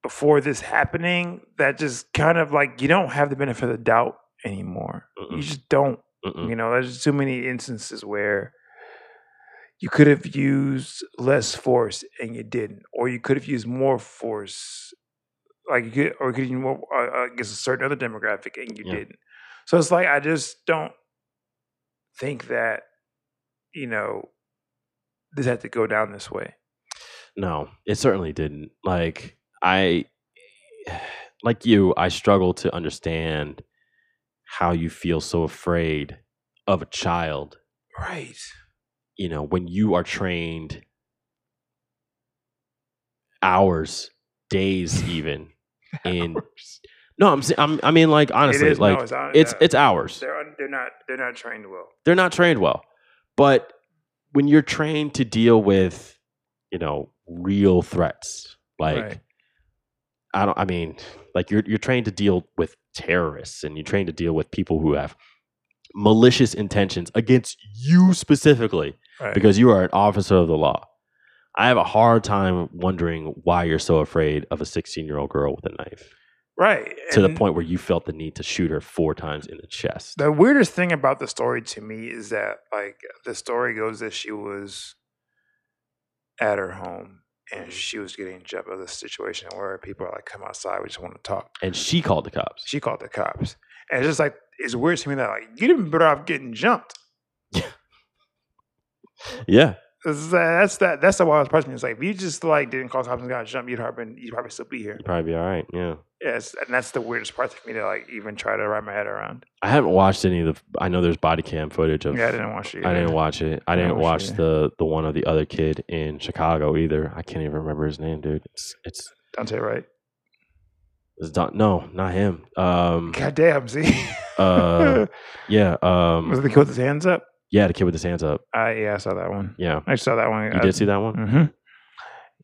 before this happening that just kind of like you don't have the benefit of the doubt anymore. You Mm-mm. just don't. Mm-mm. You know, there's just too many instances where you could have used less force and you didn't, or you could have used more force, like you could, or you could use more uh, uh, against a certain other demographic and you Yeah. didn't. So it's like I just don't think that you know this had to go down this way. No, it certainly didn't. Like I like you, I struggle to understand how you feel so afraid of a child Right. you know, when you are trained hours, days, even in no, I'm saying, I'm, I mean, like honestly, it is, like no, it's, hon- it's uh, it's hours. they're un- they're not they're not trained well. They're not trained well, but when you're trained to deal with, you know, real threats, like Right. I don't, I mean, like you're you're trained to deal with terrorists, and you're trained to deal with people who have malicious intentions against you specifically Right. because you are an officer of the law. I have a hard time wondering why you're so afraid of a 16 year old girl with a knife right to the and- point where you felt the need to shoot her four times in the chest. The weirdest thing about the story to me is that like the story goes that she was at her home Mm-hmm. and she was getting jumped out of this situation where people are like, come outside, we just want to talk. and she called the cops. She called the cops. And it's just like it's weird to me that like you'd have been better off getting jumped. Yeah. That's that's that. That's the wildest person. It's like if you just like didn't call cops and got jumped, you'd probably you'd probably still be here. You'd probably be all right. Yeah. Yes, and that's the weirdest part for me to like even try to wrap my head around. I haven't watched any of the. I know there's body cam footage of. Yeah, I didn't watch it. I didn't watch it. I I didn't didn't watch watch it. the the one of the other kid in Chicago either. I can't even remember his name, dude. It's it's, Dante Wright. it's not, no, not him. Um, God damn, see, uh, yeah, was um, the kid with his hands up? yeah, the kid with his hands up. I yeah, I saw that one. Yeah, I saw that one. you did see that one. hmm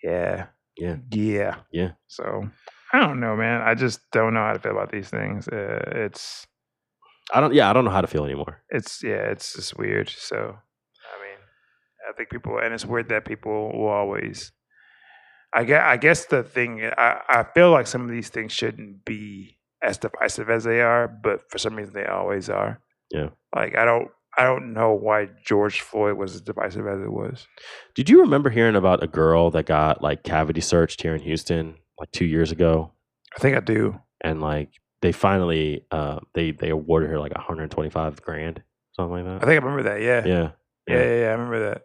Yeah. Yeah. Yeah. Yeah. So I don't know, man. I just don't know how to feel about these things. Uh, it's I don't. Yeah, I don't know how to feel anymore. it's yeah, it's just weird. So I mean, I think people, and it's weird that people will always. I guess, I guess the thing I, I feel like some of these things shouldn't be as divisive as they are, but for some reason they always are. Yeah. Like I don't I don't know why George Floyd was as divisive as it was. Did you remember hearing about a girl that got like cavity searched here in Houston like two years ago, I think I do. and like they finally uh they they awarded her like 125 grand something like I that. think I remember that. Yeah. Yeah. Yeah, Yeah. yeah, I remember that.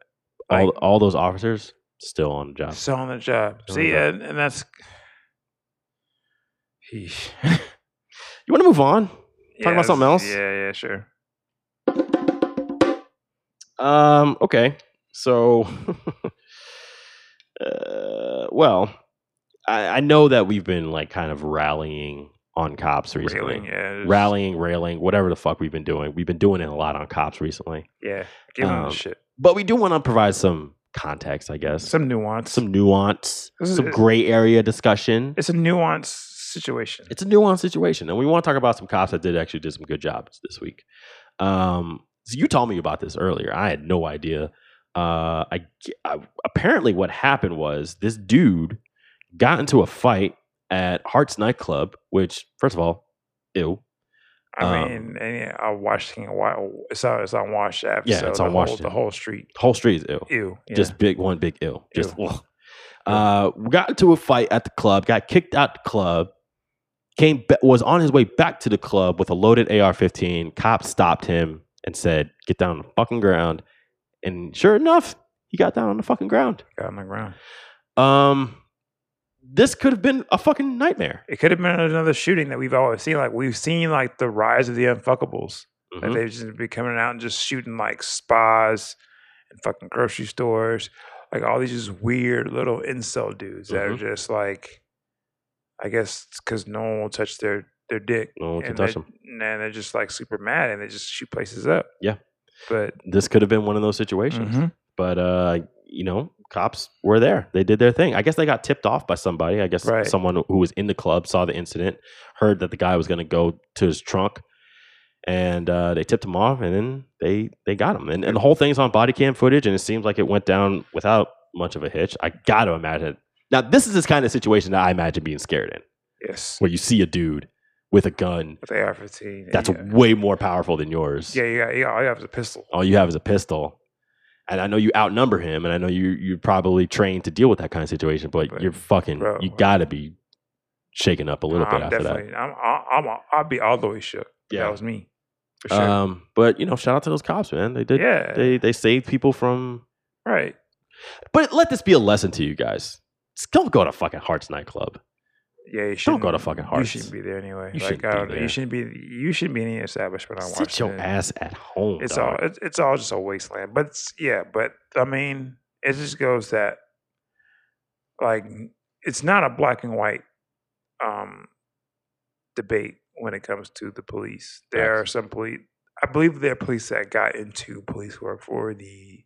all Like- all those officers still on the job. Still on the job. Still on the See, job. and, and that's. Yeesh. You want to move on? Yeah, about something that's- else? Yeah, yeah, sure. Um. Okay. So, uh, well, I, I know that we've been like kind of rallying on cops recently. Railing, yeah. just- Rallying, railing, whatever the fuck we've been doing. We've been doing it a lot on cops recently. Yeah, give them Um, the shit. But we do want to provide some context, I guess. Some, Some Uh, nuance. nuance, This is- some gray area discussion. it's a nuanced situation. It's a nuanced situation. And we want to talk about some cops that did actually did some good jobs this week. Um, so you told me about this earlier. I had no idea. Uh, I, g- I- apparently what happened was this dude got into a fight at Hearts nightclub, which first of all, ew. I um, mean, and yeah, I watched King of Wild. It's on, it's on Wash Ave. Yeah, so it's the on whole, Washington. The whole street. Whole street is ill. Ew. Yeah. Just big one big ill. Just Ew. ugh. uh, got into a fight at the club. Got kicked out the club. Came ba- was on his way back to the club with a loaded AR-15. Cops stopped him and said, "Get down on the fucking ground." And sure enough, he got down on the fucking ground. got on the ground. Um, this could have been a fucking nightmare. It could have been another shooting that we've always seen. Like we've seen like the rise of the unfuckables. Like Mhm. they've just been coming out and just shooting like spas and fucking grocery stores, like all these just weird little incel dudes that are Mhm. just like, I guess because no one will touch their their dick. No one can and touch they're- him. And they're just like super mad and they just shoot places up. Yeah. But mm-hmm. This could have been one of those situations. but uh you know cops were there they did their thing i guess they got tipped off by somebody i guess Right. someone who was in the club saw the incident heard that the guy was going to go to his trunk and uh, they tipped him off and then they they got him and, and the whole thing's on body cam footage and it seems like it went down without much of a hitch i gotta imagine now this is this kind of situation that i imagine being scared in yes, where you see a dude with a gun with AR 15. that's yeah. way more powerful than yours Yeah, you got, you got, all you have is a pistol. all you have is a pistol. And I know you outnumber him, and I know you you probably trained to deal with that kind of situation, but Bro, you're fucking bro. you gotta be shaken up a little I'm bit after definitely, I'm, I'm, I'm, I'll be all the way shook. if that. That Yeah. was me. For sure. Um, but you know, shout out to those cops, man. They did yeah. they they saved people from right. but let this be a lesson to you guys. Don't go to fucking Hearts nightclub. Yeah, you Don't shouldn't. go to fucking You Hearts. shouldn't be there anyway. You like shouldn't I be don't know. there. You shouldn't be. You shouldn't be in any establishment on Sit your Washington. ass at home. It's all. dog. It's, it's all just a wasteland. But it's, yeah. But I mean, it just goes that. Like, it's not a black and white, um, debate when it comes to the police. There are Facts. some police. I believe there are police that got into police work for the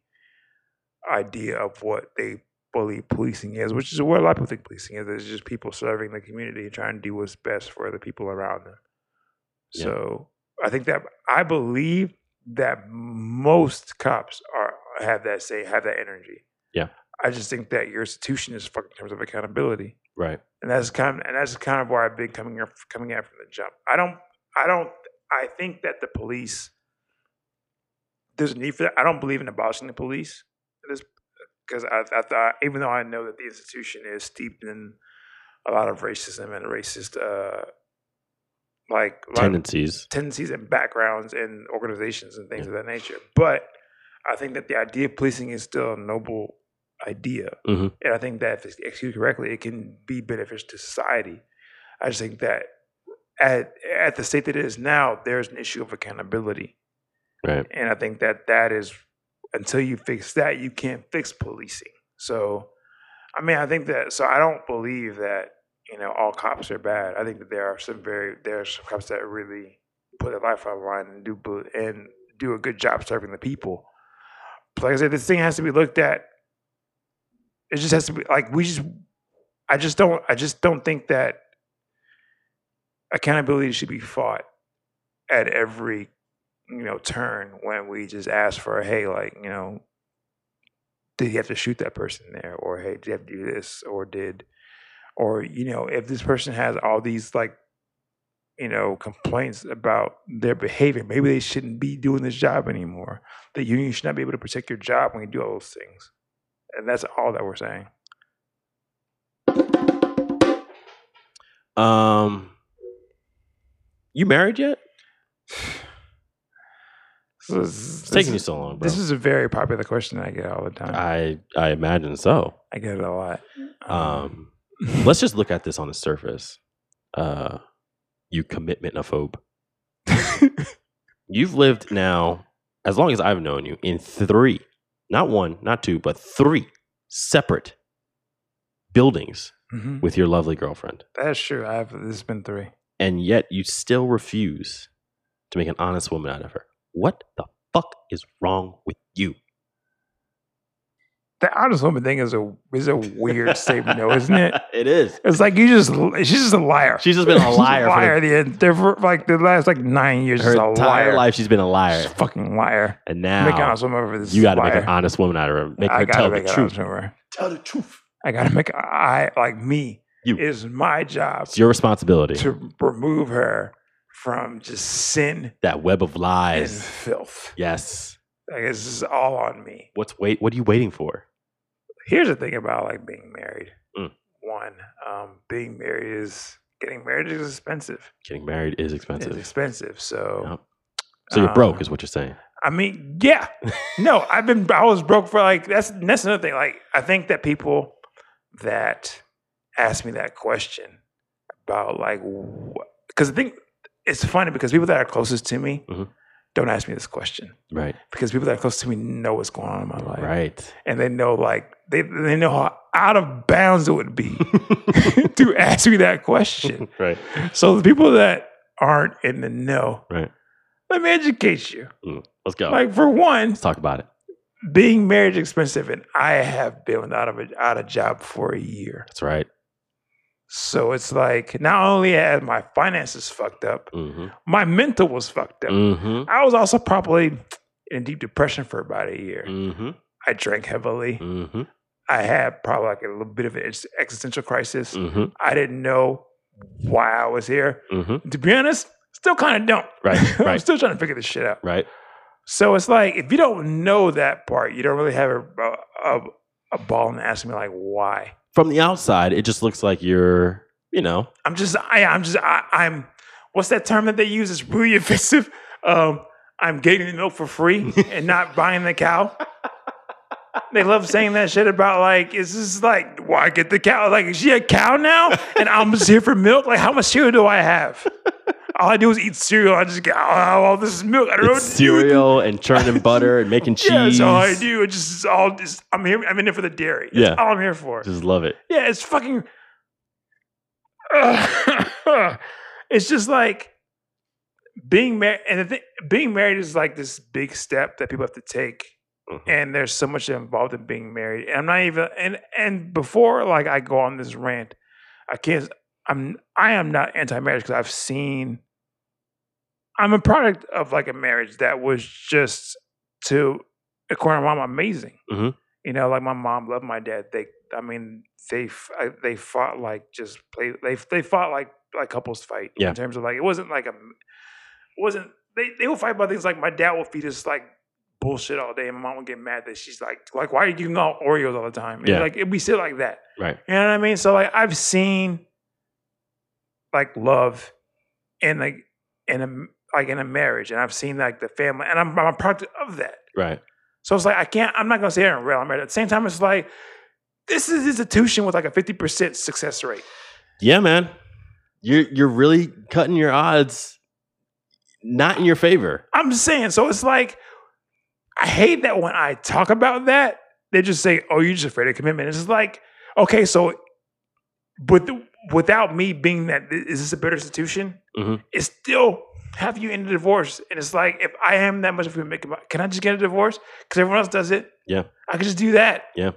idea of what they believe policing is, which is what a lot of people think policing is. It's just people serving the community and trying to do what's best for the people around them. Yeah. So I think that I believe that most cops are have that say have that energy. Yeah. I just think that your institution is fucked in terms of accountability right. and that's kind of, and that's kind of where I've been coming up, coming at from the jump. I don't, I don't, I think that the police there's a need for that. I don't believe in abolishing the police, because I, I thought even though I know that the institution is steeped in a lot of racism and racist, uh, like a lot of- Tendencies. tendencies and backgrounds and organizations and things of that nature. But I think that the idea of policing is still a noble idea, Mhm. and I think that if it's executed correctly, it can be beneficial to society. I just think that at at the state that it is now, there's an issue of accountability, Right. and I think that that is until you fix that, you can't fix policing. So, I mean, I think that so I don't believe that you know all cops are bad. I think that there are some very there are some cops that really put their life on the line and do bu- and do a good job serving the people. But like I said, this thing has to be looked at. It just has to be like we just. I just don't. I just don't think that accountability should be fought at every you know turn when we just ask for hey like you know did he have to shoot that person there or hey did you have to do this or did or you know if this person has all these like you know complaints about their behavior maybe they shouldn't be doing this job anymore the union should not be able to protect your job when you do all those things and that's all that we're saying Um, you married yet? So this, It's taking you this, so long, bro. this is a very popular question i get all the time i, I I imagine so. get it a lot Um, Mm. let's just look at this on the surface. Uh, you commitment phobe. You've lived now as long as I've known you in three, not one, not two, but three separate buildings Mhm. with your lovely girlfriend, that's true i've this has been three and yet you still refuse to make an honest woman out of her. What the fuck is wrong with you? The honest woman thing is a is a weird statement, though, isn't it? It is. It's like you just she's just a liar. She's just been a She's liar. for the- liar. The, the, for, like the last like nine years, her she's a entire liar. life, she's been a liar. She's a fucking liar. And Make an now honest woman for this. you got to liar. make an honest woman out of her. Make I her gotta tell the make an truth. honest woman. Tell the truth. I gotta make. I like me. You. It is my job It's your responsibility. to remove her from just sin That web of and lies. filth. Yes. Like this is all on me. What's wait? What are you waiting for? here's the thing about like being married. Mm. One, um, being married is getting married is expensive. Getting married is It's expensive. expensive. So Yep. So you're um, broke, is what you're saying. I mean, yeah. No, I've been I was broke for like that's that's another thing. Like I think that people that ask me that question about like because I think it's funny because people that are closest to me Mhm. don't ask me this question Right. because people that are close to me know what's going on in my life Right. and they know like they they know how out of bounds it would be to ask me that question. right. So the people that aren't in the know, Right. let me educate you. Mm. Let's go. Like for one, Let's talk about it. being married is expensive, and I have been out of a, out of job for a year. That's right. So it's like not only had my finances fucked up, hmm my mental was fucked up. hmm I was also probably in deep depression for about a year. hmm I drank heavily. hmm I had probably like a little bit of an ex- existential crisis. hmm I didn't know why I was here. hmm To be honest, still kind of don't. Right. I'm Right. still trying to figure this shit out. right. So it's like if you don't know that part, you don't really have a a, a ball and ask me like why. From the outside, it just looks like you're, you know, I'm just I I'm just I, I'm what's that term that they use? It's really offensive. Um, I'm getting the milk for free and not buying the cow. They love saying that shit about like it's just like why get the cow? Like is she a cow now? And I'm just here for milk. Like how much cereal do I have? All I do is eat cereal. I just get oh, all this is milk. I don't know it's what to do with cereal and churning butter and making it. cheese. Yeah, that's all I do. It's just it's all just I'm here. I'm in it for the dairy. That's Yeah. all I'm here for. Just love it. Yeah, it's fucking. it's just like being married, and the thing, being married is like this big step that people have to take, Mhm. and there's so much involved in being married. And I'm not even and and before like I go on this rant, I can't. I'm I am not anti-marriage because I've seen. I'm a product of like a marriage that was just to, according to my mom, amazing. Mhm. You know, like my mom loved my dad. They, I mean, they f- I- they fought like just play. They they fought like like couples fight Yeah. in terms of like it wasn't like a, it wasn't they they would fight about things like my dad would feed us like bullshit all day, and my mom would get mad that she's like like why are you eating all Oreos all the time? And Yeah. like it'd be shit like that. Right. You know what I mean? So like I've seen like love in like in a like in a marriage, and I've seen like the family, and I'm I'm a product of that. Right. So it's like I can't. I'm not gonna say Aaron Rail. I'm right. At the same time, it's like this is an institution with like a 50 percent success rate. Yeah, man. You're you're really cutting your odds not in your favor. I'm just saying. So it's like I hate that when I talk about that, they just say, "Oh, you're just afraid of commitment." It's just like, okay, so, but the- without me being that, is this a better institution? Mhm. It's still have you in a divorce, and it's like if I am that much of a commitment, can I just get a divorce? Because everyone else does it. Yeah. I could just do that. Yeah.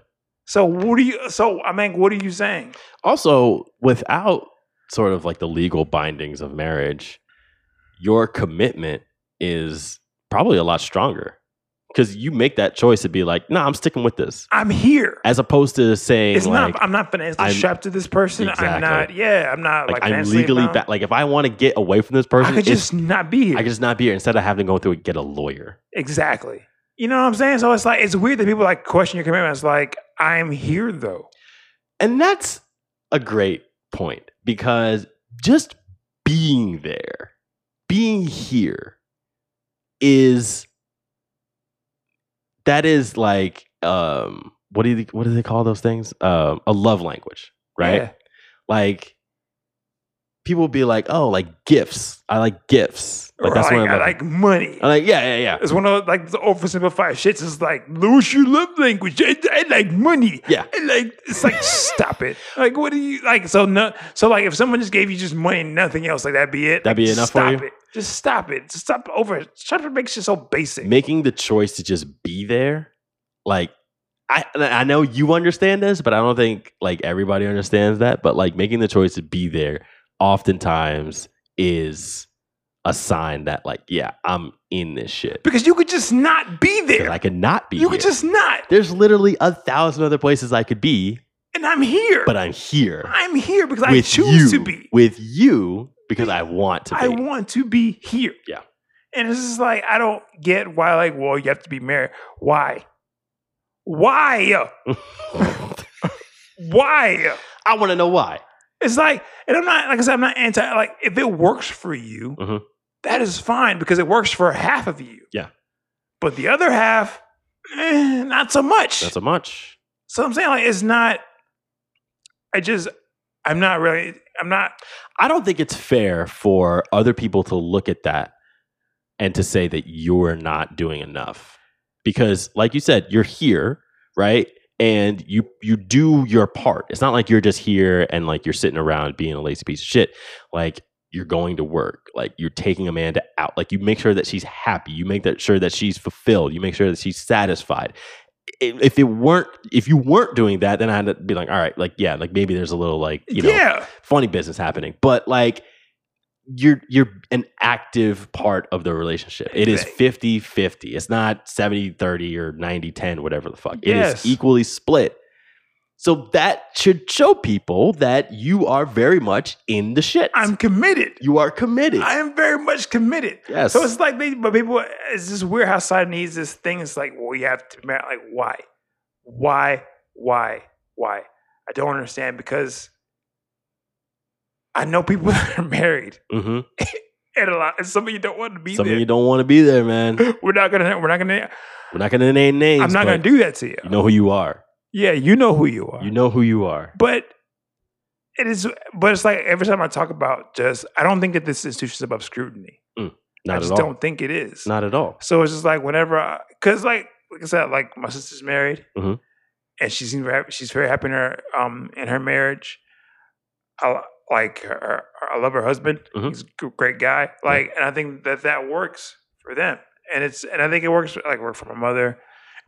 So what do you? So I mean, what are you saying? Also, without sort of like the legal bindings of marriage, your commitment is probably a lot stronger because you make that choice to be like, "Nah, I'm sticking with this," I'm here. as opposed to saying It's like, not. I'm not financially I'm- strapped to this person. Exactly. I'm not. Yeah, I'm not. Like, like, "I'm financially legally bound. back." Like, if I want to get away from this I person, could it's- just not be here. I could just not be here instead of having to go through and get a lawyer. Exactly. You know what I'm saying? So it's like it's weird that people like question your commitment. It's like I'm here though. And that's a great point because just being there, being here is that is like um what do you what do they call those things? Um a love language, right? Yeah. Like people be like, "Oh, like gifts. I like gifts." Like Or that's like, one of I the- like money. I'm like, yeah, yeah, yeah. it's one of like the oversimplified shits. It's like lose your love language. I, I like money. Yeah. I like it's like stop it. Like what do you like? So no. So like if someone just gave you just money and nothing else, like that'd be it. That'd Like, be enough for stop you? It. Just stop it. Just stop over. Stop to make shit so basic. making the choice to just be there like i i know you understand this but i don't think like everybody understands that but like making the choice to be there oftentimes is a sign that like yeah i'm in this shit because you could just not be 'Cause there. i could not be you here. could just not. there's literally a thousand other places i could be And I'm here. but i'm here I'm here because I with choose you to be. with you because i want to be I want to be here. Yeah. And it's just like I don't get why, like, well, you have to be married. Why? Why? Why? i want to know why It's like, and I'm not like I said, I'm not anti. Like, if it works for you, Mhm. that is fine because it works for half of you. Yeah. But the other half, eh, not so much. that's a much so I'm saying, like, it's not. I just, I'm not really. I'm not. I don't think it's fair for other people to look at that and to say that you're not doing enough. Because like you said, you're here, right? And you you do your part. It's not like you're just here and like you're sitting around being a lazy piece of shit. Like you're going to work. Like you're taking Amanda out. Like you make sure that she's happy. You make that sure that she's fulfilled. You make sure that she's satisfied. I- If it weren't if you weren't doing that, then I had to be like, all right, like yeah, like maybe there's a little like, you know, yeah. funny business happening, but like you're you're an active part of the relationship. It is Right. 50-50. It's not 70-30 or 90-10 whatever the fuck. Yes. It is equally split. So that should show people that you are very much in the shit. I'm committed. you are committed. I am very much committed. yes. So it's like they, but people, it's just weird how Siamese this thing is like, well, you have to, mar- like, why? Why? Why? Why? I don't understand because I know people that are married Mhm. and a lot, and some of you don't want to be Some of there. you don't want to be there, man. We're we're not gonna, we're not gonna, not going to name names. I'm not but gonna do that to you. You know who you are. yeah, you know who you are. You know who you are. but it is, but it's like every time I talk about just, I don't think that this institution is above scrutiny. Not I just at all. don't think it is. Not at all. So it's just like whenever, I, cause like like I said, like my sister's married, Mhm. and she seems very happy- she's very happy in her um in her marriage. I li- like her, her- I love her husband. Mhm. He's a g- great guy. Like, and I think that that works for them, and it's and I think it works like work for my mother,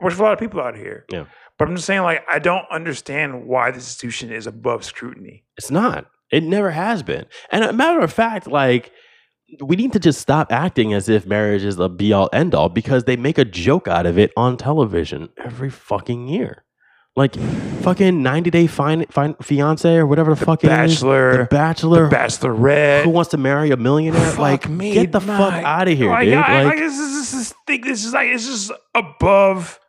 it works for a lot of people out here. Yeah. But I'm just saying, like, I don't understand why the institution is above scrutiny. It's not. It never has been. And a matter of fact, like we need to just stop acting as if marriage is a be all end all because they make a joke out of it on television every fucking year. Like fucking 90 Day fin- fin- Fiance or whatever the, fuck it is. The Bachelor, Bachelor. Bachelorette, who wants to marry a millionaire? Fuck like me, get the fuck my- out of here, Like, dude. I, like, like, this is this is thing. This is like it's just above.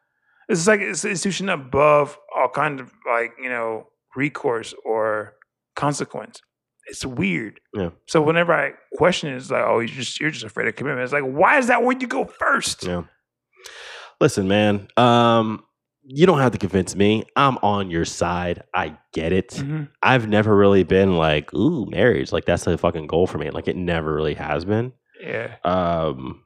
It's like it's an institution above all kind of like you know recourse or consequence. It's weird. Yeah. So whenever I question it, it's like, oh, you're just you're just afraid of commitment. It's like, why is that where you go first? Yeah. Listen, man. Um, you don't have to convince me. I'm on your side. I get it. Mm-hmm. I've never really been like, ooh, marriage. Like that's a fucking goal for me. Like it never really has been. Yeah. Um,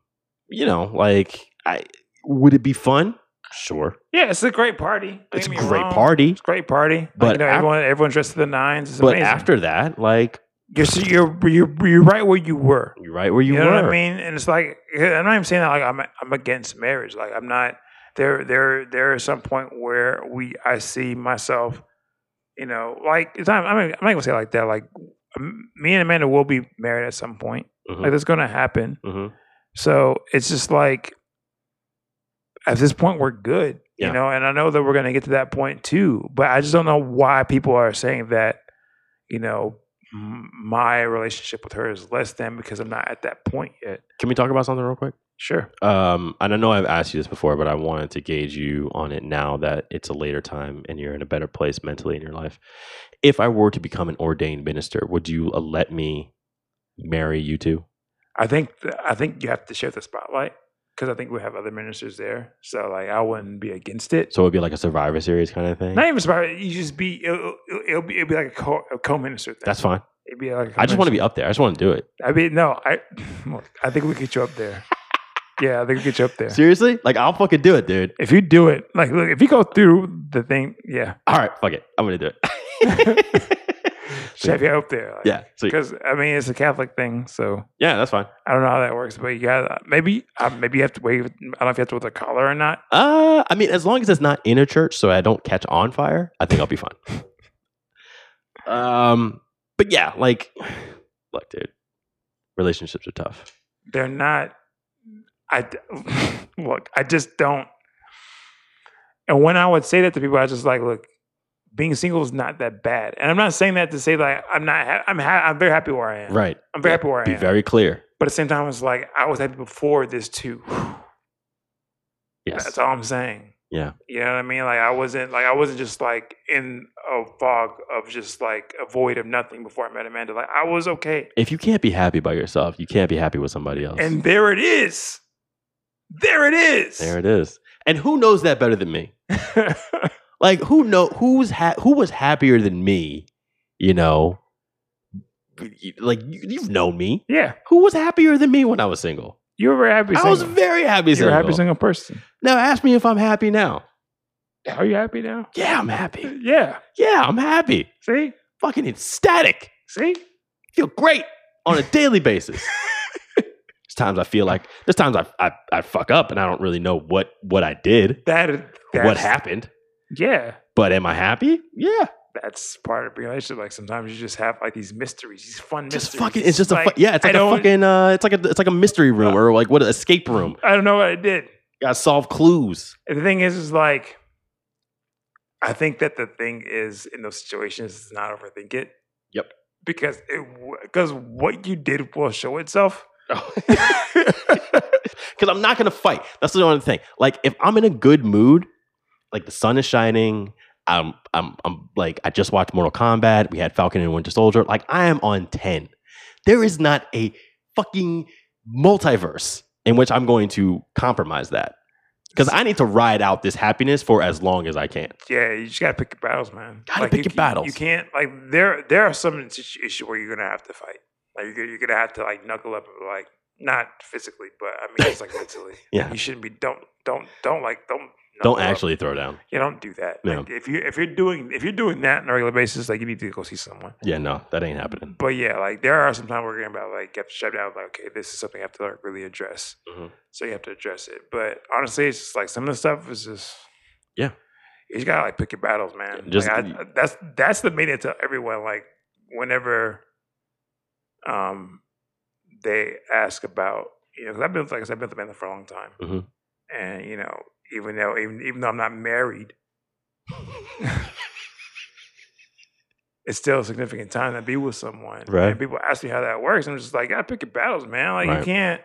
you know, like I would it be fun? Sure. Yeah, it's a great party. Don't It's a get me great wrong. party. It's a great party. Like, But you know, af- everyone everyone's dressed to the nines. It's But amazing. after that, like you're, so you're you're you're right where you were. you're right where you, You, know were. what I mean? And it's like I'm not even saying that like I'm I'm against marriage. Like I'm not there there there is some point where we I see myself, you know, like it's not, I'm not, I'm not gonna say it like that. Like m- me and Amanda will be married at some point. Mhm. Like that's gonna happen. Mhm. So it's just like at this point we're good, Yeah. you know, and I know that we're going to get to that point too, but I just don't know why people are saying that, you know, m- my relationship with her is less than because I'm not at that point yet. Can we talk about something real quick? Sure. Um, and I know I've asked you this before, but I wanted to gauge you on it now that it's a later time and you're in a better place mentally in your life. If I were to become an ordained minister, would you uh, let me marry you two? I think th- I think you have to share the spotlight because I think we have other ministers there. So like I wouldn't be against it. So it'd be like a Survivor Series kind of thing. not even spotlight. You just be it'll, it'll, it'll be it'll be like a, co- a co-minister thing. That's fine. It'd be like a I just want to co-minister. be up there. I just want to do it. I mean, no, I look, I think we could get you up there. Yeah, I think we could get you up there. Seriously? Like I'll fucking do it, dude. If you do it, like, look, if you go through the thing, yeah, All right, fuck it. I'm gonna do it. Sweet. chef you up there. yeah, sweet. because I mean, it's a Catholic thing, so Yeah, that's fine. I don't know how that works, but you got maybe, uh, maybe you have to wave. I don't know if you have to with a collar or not. Uh, I mean, as long as it's not in a church, so I don't catch on fire, I think I'll be fine. um, but yeah, like, look, dude, relationships are tough. They're not. I d- look. I just don't. And when I would say that to people, I was just like, look, being single is not that bad. And I'm not saying that to say like I'm not. Ha- I'm ha- I'm very happy where I am. Right. I'm very happy where I Be am. very clear. But at the same time, it's like I was happy before this too. Yes. That's all I'm saying. Yeah. You know what I mean? Like I wasn't like I wasn't just like in a fog of just like a void of nothing before I met Amanda. Like I was okay. If you can't be happy by yourself, you can't be happy with somebody else. And there it is. There it is. there it is. And who knows that better than me? Like, who know who's ha- who was happier than me? You know, like you- you've known me. yeah. Who was happier than me when I was single? You were a happy I single. was very happy You're single. a happy single person. Now ask me if I'm happy now. Are you happy now? Yeah, I'm happy. Yeah. Yeah, I'm happy. See? Fucking ecstatic. See? Feel great on a daily basis. there's times I feel like there's times I, I I fuck up and I don't really know what what I did, That is or that's- what happened. Yeah. But am I happy? Yeah, That's part of being a relationship. Like sometimes you just have like these mysteries, these fun just mysteries. fucking. It's just a like, fu- yeah. It's I like a don't- Uh. fucking. Uh, it's like a it's like a mystery room or like what escape room. I don't know what I did. Got to solve clues. And the thing is, is like, I think that the thing is in those situations is not overthink it. Yep. Because it because what you did will show itself. Because I'm not gonna fight. That's the only thing. Like if I'm in a good mood, like the sun is shining. I'm I'm I'm like I just watched Mortal Kombat. We had Falcon and Winter Soldier. Like I am on ten. There is not a fucking multiverse in which I'm going to compromise that. Because I need to ride out this happiness for as long as I can. Yeah, you just gotta pick your battles, man. Gotta Like, pick you your ca- battles. You can't like there there are some issues where you're gonna have to fight. Like you're gonna, you're gonna have to like knuckle up, and, like not physically, but I mean just like mentally. Yeah. You shouldn't be don't don't don't like don't Don't knuckle up. actually throw down. Yeah, don't do that. Yeah. Like, if you if you're doing if you're doing that on a regular basis, like you need to go see someone. Yeah, no, that ain't happening. But yeah, like there are some times where you're about like you have to shut down. Like okay, this is something I have to like really address. Mhm. So you have to address it. But honestly, it's just like some of the stuff is just Yeah. You just gotta like pick your battles, man. Just- Just I, that's that's the main thing I tell everyone. Like whenever, um, they ask about you know, i I've been like I said, I've been with Amanda for a long time, Mhm. and you know, even though even even though I'm not married, it's still a significant time to be with someone. Right. And people ask me how that works. I'm just like, gotta pick your battles, man. Like Right. you can't.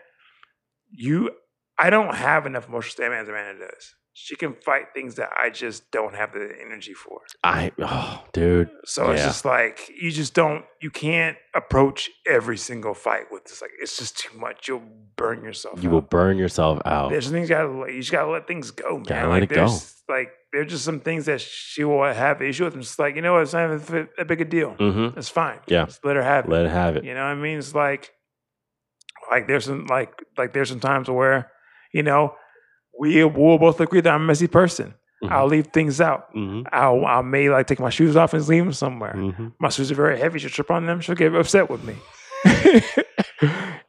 You, I don't have enough emotional stamina as Amanda does. She can fight things that I just don't have the energy for. I oh dude. So it's Yeah. just like you just don't you can't approach every single fight with this like it's just too much. You'll burn yourself. You out. will burn yourself out. There's things you gotta let- you just gotta let things go, man. Gotta let like it go. there's like there's just some things that she will have issue with. I'm just like you know what, it's not even that big a deal. Mm-hmm. It's fine. Yeah. just let her have it. Let it have it. You know what I mean? It's like like there's some like like there's some times where you know we will both agree that I'm a messy person. Mhm. I'll leave things out. Mm-hmm. I'll I may like take my shoes off and leave them somewhere Mm-hmm. my shoes are very heavy. She'll trip on them. She'll get upset with me.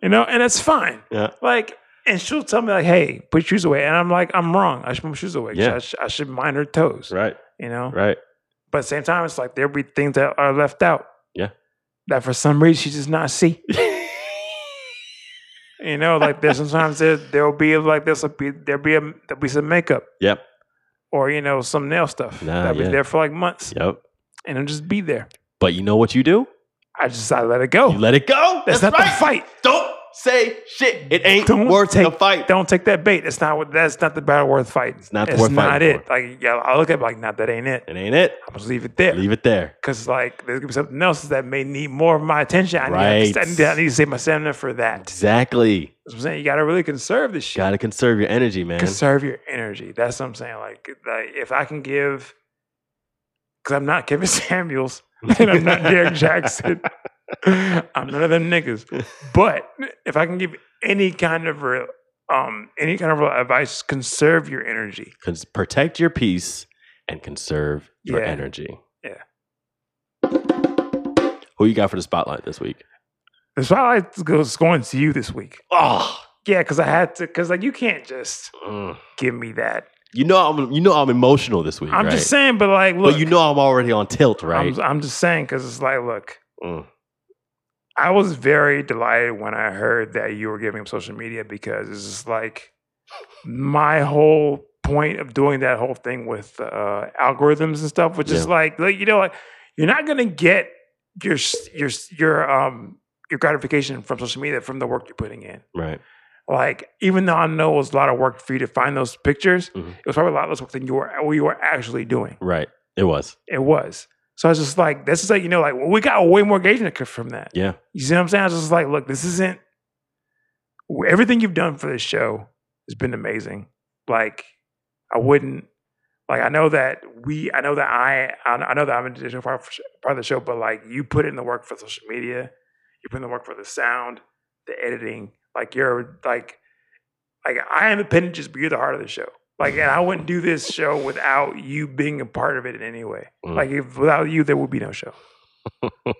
you know, and that's fine. Yeah. Like, and she'll tell me like, "Hey, put your shoes away," and I'm like, "I'm wrong. I should put my shoes away. Yeah. I, sh- I should mind her toes." Right. You know. Right. But at the same time, it's like there'll be things that are left out. Yeah. That for some reason she does not see. you know, like there's sometimes there there'll be like there'll be there'll be a, there'll be some makeup Yep. or you know some nail stuff Nah, that'll yeah. be there for like months Yep. and it'll just be there. But you know what you do? I just I let it go. You let it go. that's, not Oh. the fight. Don't say shit. It ain't Don't worth take- the fight. don't take that bait. That's not what. That's not the battle worth fighting. It's not worth not fighting it. Like yeah, I look at it like, nah, that ain't it. It ain't it. I'm just leave it there Leave it there. because like there's gonna be something else that may need more of my attention. I, need, I, Right. need, to- I need to save my stamina for that. That's Exactly. what I'm saying you gotta really conserve this shit. Got to conserve your energy, man. conserve your energy. That's what I'm saying. Like, like if I can give, because I'm not Kevin Samuels and I'm not Derek Jackson. I'm none of them niggas. But if I can give any kind of real, um, any kind of real advice, conserve your energy. Cons- protect your peace and conserve your Yeah. energy. Yeah. Who you got for the spotlight this week? The spotlight goes going to you this week. Oh, Yeah, because I had to. Because like you can't just give me that. Mm. you know I'm you know I'm emotional this week. I'm right? just saying. But like, look, but you know I'm already on tilt, right? I'm, I'm just saying because it's like, look, Mm. I was very delighted when I heard that you were giving up social media because it's just like my whole point of doing that whole thing with uh, algorithms and stuff, which is Yeah. like, like, you know, like you're not gonna get your s- your s- your um your gratification from social media from the work you're putting in. Right. Like, even though I know it was a lot of work for you to find those pictures, Mhm. it was probably a lot less work than you were what you were actually doing. Right. It was. It was. So I was just like, this is like, you know, like well, we got way more engagement from that. Yeah. You see what I'm saying? I was just like, look, this isn't everything you've done for this show has been amazing. Like, I wouldn't like I know that we I know that I I I know that I'm an additional part of, part of the show, but like you put in the work for social media, you put in the work for the sound, the editing. Like you're like like I am appendages, but you're the heart of the show. Like, and I wouldn't do this show without you being a part of it in any way. Mm. Like, if without you, there would be no show.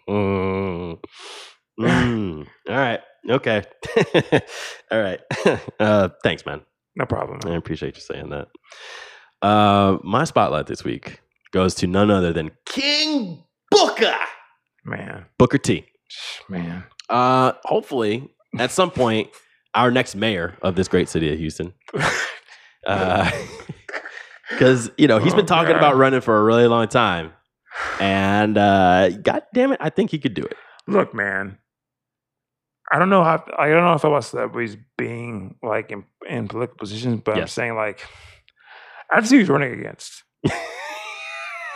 Mm. Mm. All right. Okay. All right. uh, thanks, man. No problem. I appreciate you saying that. Uh, my spotlight this week goes to none other than King Booker. Man. Booker T. Man. Uh, hopefully, at some point, our next mayor of this great city of Houston. Because, you know, he's been talking Okay. about running for a really long time. And uh, God damn it, I think he could do it. Look, man. I don't know how I don't know if I about celebrities being like in, in political positions, but I'm Yes. saying like I just see who's running against.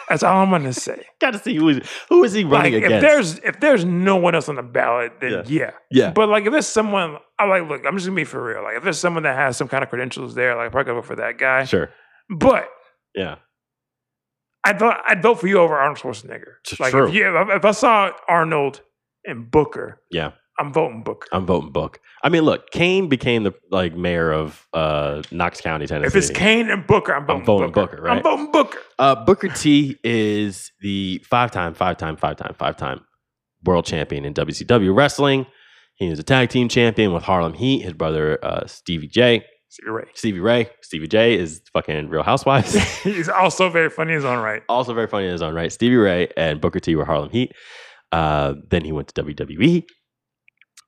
That's all I'm gonna say. Got to see who is, who is he running like if against. there's if there's no one else on the ballot, then Yeah. yeah. yeah, But like if there's someone I like look, I'm just gonna be for real. Like if there's someone that has some kind of credentials there, like I'm probably gonna vote for that guy. sure. But Yeah, I'd vote, I'd vote for you over Arnold Schwarzenegger. T- Like true. if, you, if, I- if I saw Arnold and Booker, Yeah. I'm voting Booker. I'm voting Book. I mean, look, Kane became the like mayor of uh, Knox County, Tennessee. If it's Kane and Booker, I'm voting, voting Booker, right? I'm voting Booker. Uh, Booker T is the five time, five time, five time, five time world champion in WCW wrestling. He is a tag team champion with Harlem Heat, his brother uh, Stevie J. So you're right. Stevie Ray. Stevie J is fucking Real Housewives. He's also very funny in his own right. also very funny in his own right. Stevie Ray and Booker T were Harlem Heat. Uh, then he went to WWE.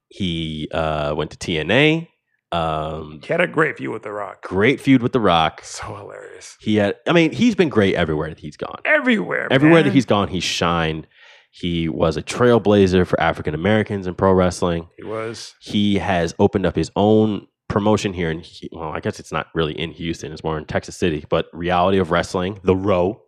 He uh, went to TNA. Um, He had a great view with The Rock. great feud with The Rock. So hilarious. He had, I mean, he's been great everywhere that he's gone. Everywhere. Everywhere man. that he's gone, he's shined. He was a trailblazer for African Americans in pro wrestling. He was. He has opened up his own promotion here in Hu- well, I guess it's not really in Houston; it's more in Texas City. But Reality of Wrestling, the Row,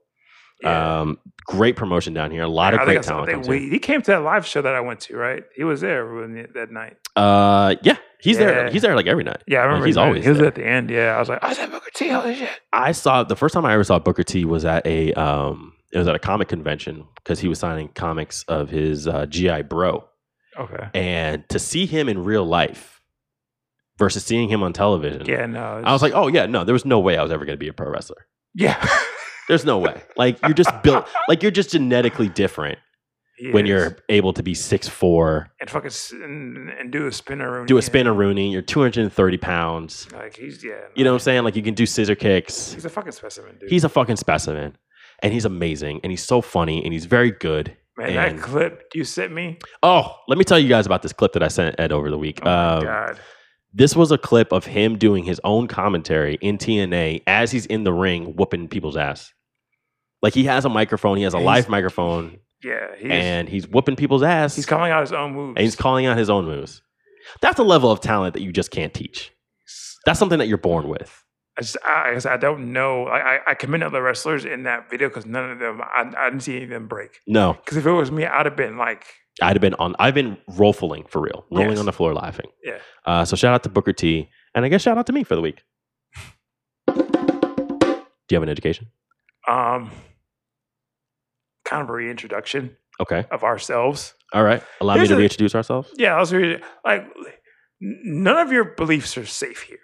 Yeah. um, great promotion down here. A lot of I great think I saw- I talent. think comes we, he came to that live show that I went to, right? He was there when, that night. in. Uh, yeah, he's there. Yeah. He's there like every night. Yeah, I Like, remember. he's he was- always he was there. at the end. Yeah, I was like, oh, is that Booker T? Holy shit! I saw the first time I ever saw Booker T was at a um, it was at a comic convention because he was signing comics of his uh, GI Bro, Okay. and to see him in real life versus seeing him on television, Yeah, no. I was like, oh yeah, no, there was no way I was ever going to be a pro wrestler. yeah. There's no way. Like you're just built, like you're just genetically different when Yes. you're able to be six four, and fucking s- and, and do a spinner room. do a spin a Rooney, you're 230 pounds. Like he's yeah. You know what I'm saying? Like you can do scissor kicks. He's a fucking specimen, dude. He's a fucking specimen, and he's amazing, and he's so funny, and he's very good. man. and- That clip you sent me. Oh, let me tell you guys about this clip that I sent Ed over the week. Oh my Um, god. this was a clip of him doing his own commentary in TNA as he's in the ring whooping people's ass. Like he has a microphone, he has a He's- live microphone, Yeah, he's and he's whooping people's ass. he's calling out his own moves. and he's calling out his own moves. That's a level of talent that you just can't teach. That's something that you're born with. I, just, I, I guess I don't know. I, I, I commend other wrestlers in that video because none of them, I, I didn't see any of them break. No, Because if it was me, I'd have been like, I'd have been on. I've been rolling for real, rolling Yes. on the floor laughing. Yeah. Uh, so shout out to Booker T, and I guess shout out to me for the week. Do you have an education? um, kind of a reintroduction Okay. of ourselves. All right. Allow Here's me to the- reintroduce ourselves. Yeah, I was really, like, n- none of your beliefs are safe here.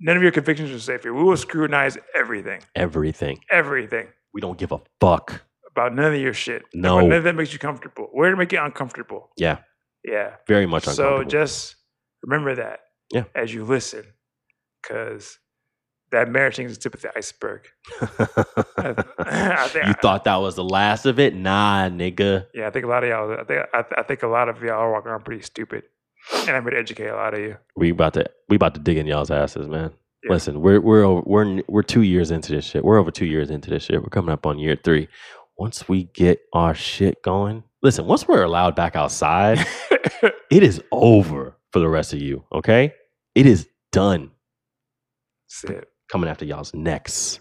None of your convictions are safe here. We will scrutinize everything, Everything. everything We don't give a fuck. about none of your shit. No. About none of that makes you comfortable. We're going to make you uncomfortable. Yeah. Yeah. Very much So uncomfortable. just remember that Yeah. as you listen, because that marriage thing is the tip of the iceberg. I, I think, you thought that was the last of it? Nah, nigga. yeah, I think a lot of y'all, I think, I, I think a lot of y'all are walking around pretty stupid, and I'm going to educate a lot of you. We about to we about to dig in y'all's asses, man. Yeah. Listen, we're we're over, we're we're two years into this shit. We're over two years into this shit. We're coming up on year three. Once we get our shit going, listen. Once we're allowed back outside, it is over for the rest of you. Okay, it is done. That's it. coming after y'all's necks.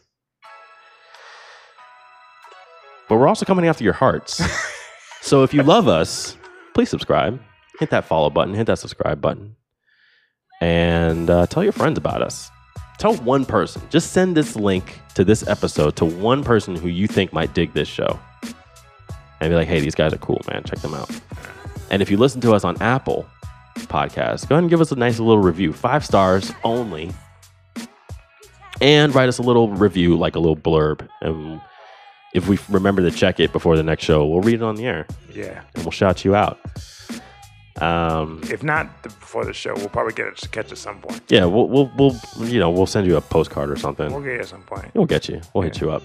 But we're also coming after your hearts. so if you love us, please subscribe. Hit that follow button, hit that subscribe button, and uh, tell your friends about us. Tell one person. Just send this link to this episode to one person who you think might dig this show. And be like, hey, these guys are cool, man. Check them out. And if you listen to us on Apple Podcasts, go ahead and give us a nice little review. Five stars only and write us a little review, like a little blurb. And if we remember to check it before the next show, we'll read it on the air Yeah. and we'll shout you out. Um, If not the, before the show, we'll probably get it to catch at some point. yeah, we'll, we'll, we'll, you know, we'll send you a postcard or something. We'll get it at some point. We'll get you. We'll hit you up.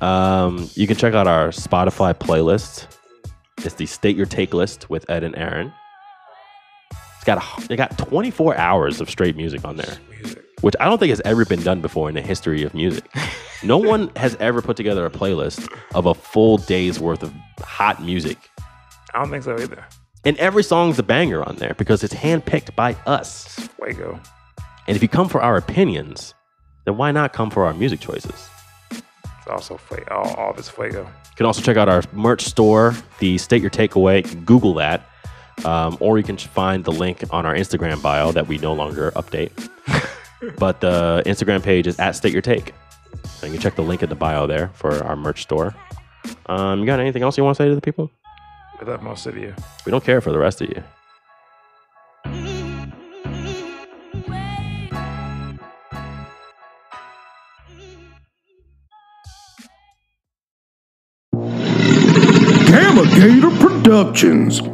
Um, you can check out our Spotify playlist. It's the State Your Take list with Ed and Aaron. It's got a, they got 24 hours of straight music on there. Music. which I don't think has ever been done before in the history of music. No one has ever put together a playlist of a full day's worth of hot music. I don't think so either. And every song's a banger on there because it's handpicked by us. Waco. And if you come for our opinions, then why not come for our music choices? It's also Fuego. All, all of it's Fuego. You can also check out our merch store, the State Your Takeaway. You can Google that. Um, or you can find the link on our Instagram bio that we no longer update. but the Instagram page is at State Your Take. So you can check the link in the bio there for our merch store. Um, you got anything else you want to say to the people? We love most of you. We don't care for the rest of you. Gamma Gator Productions.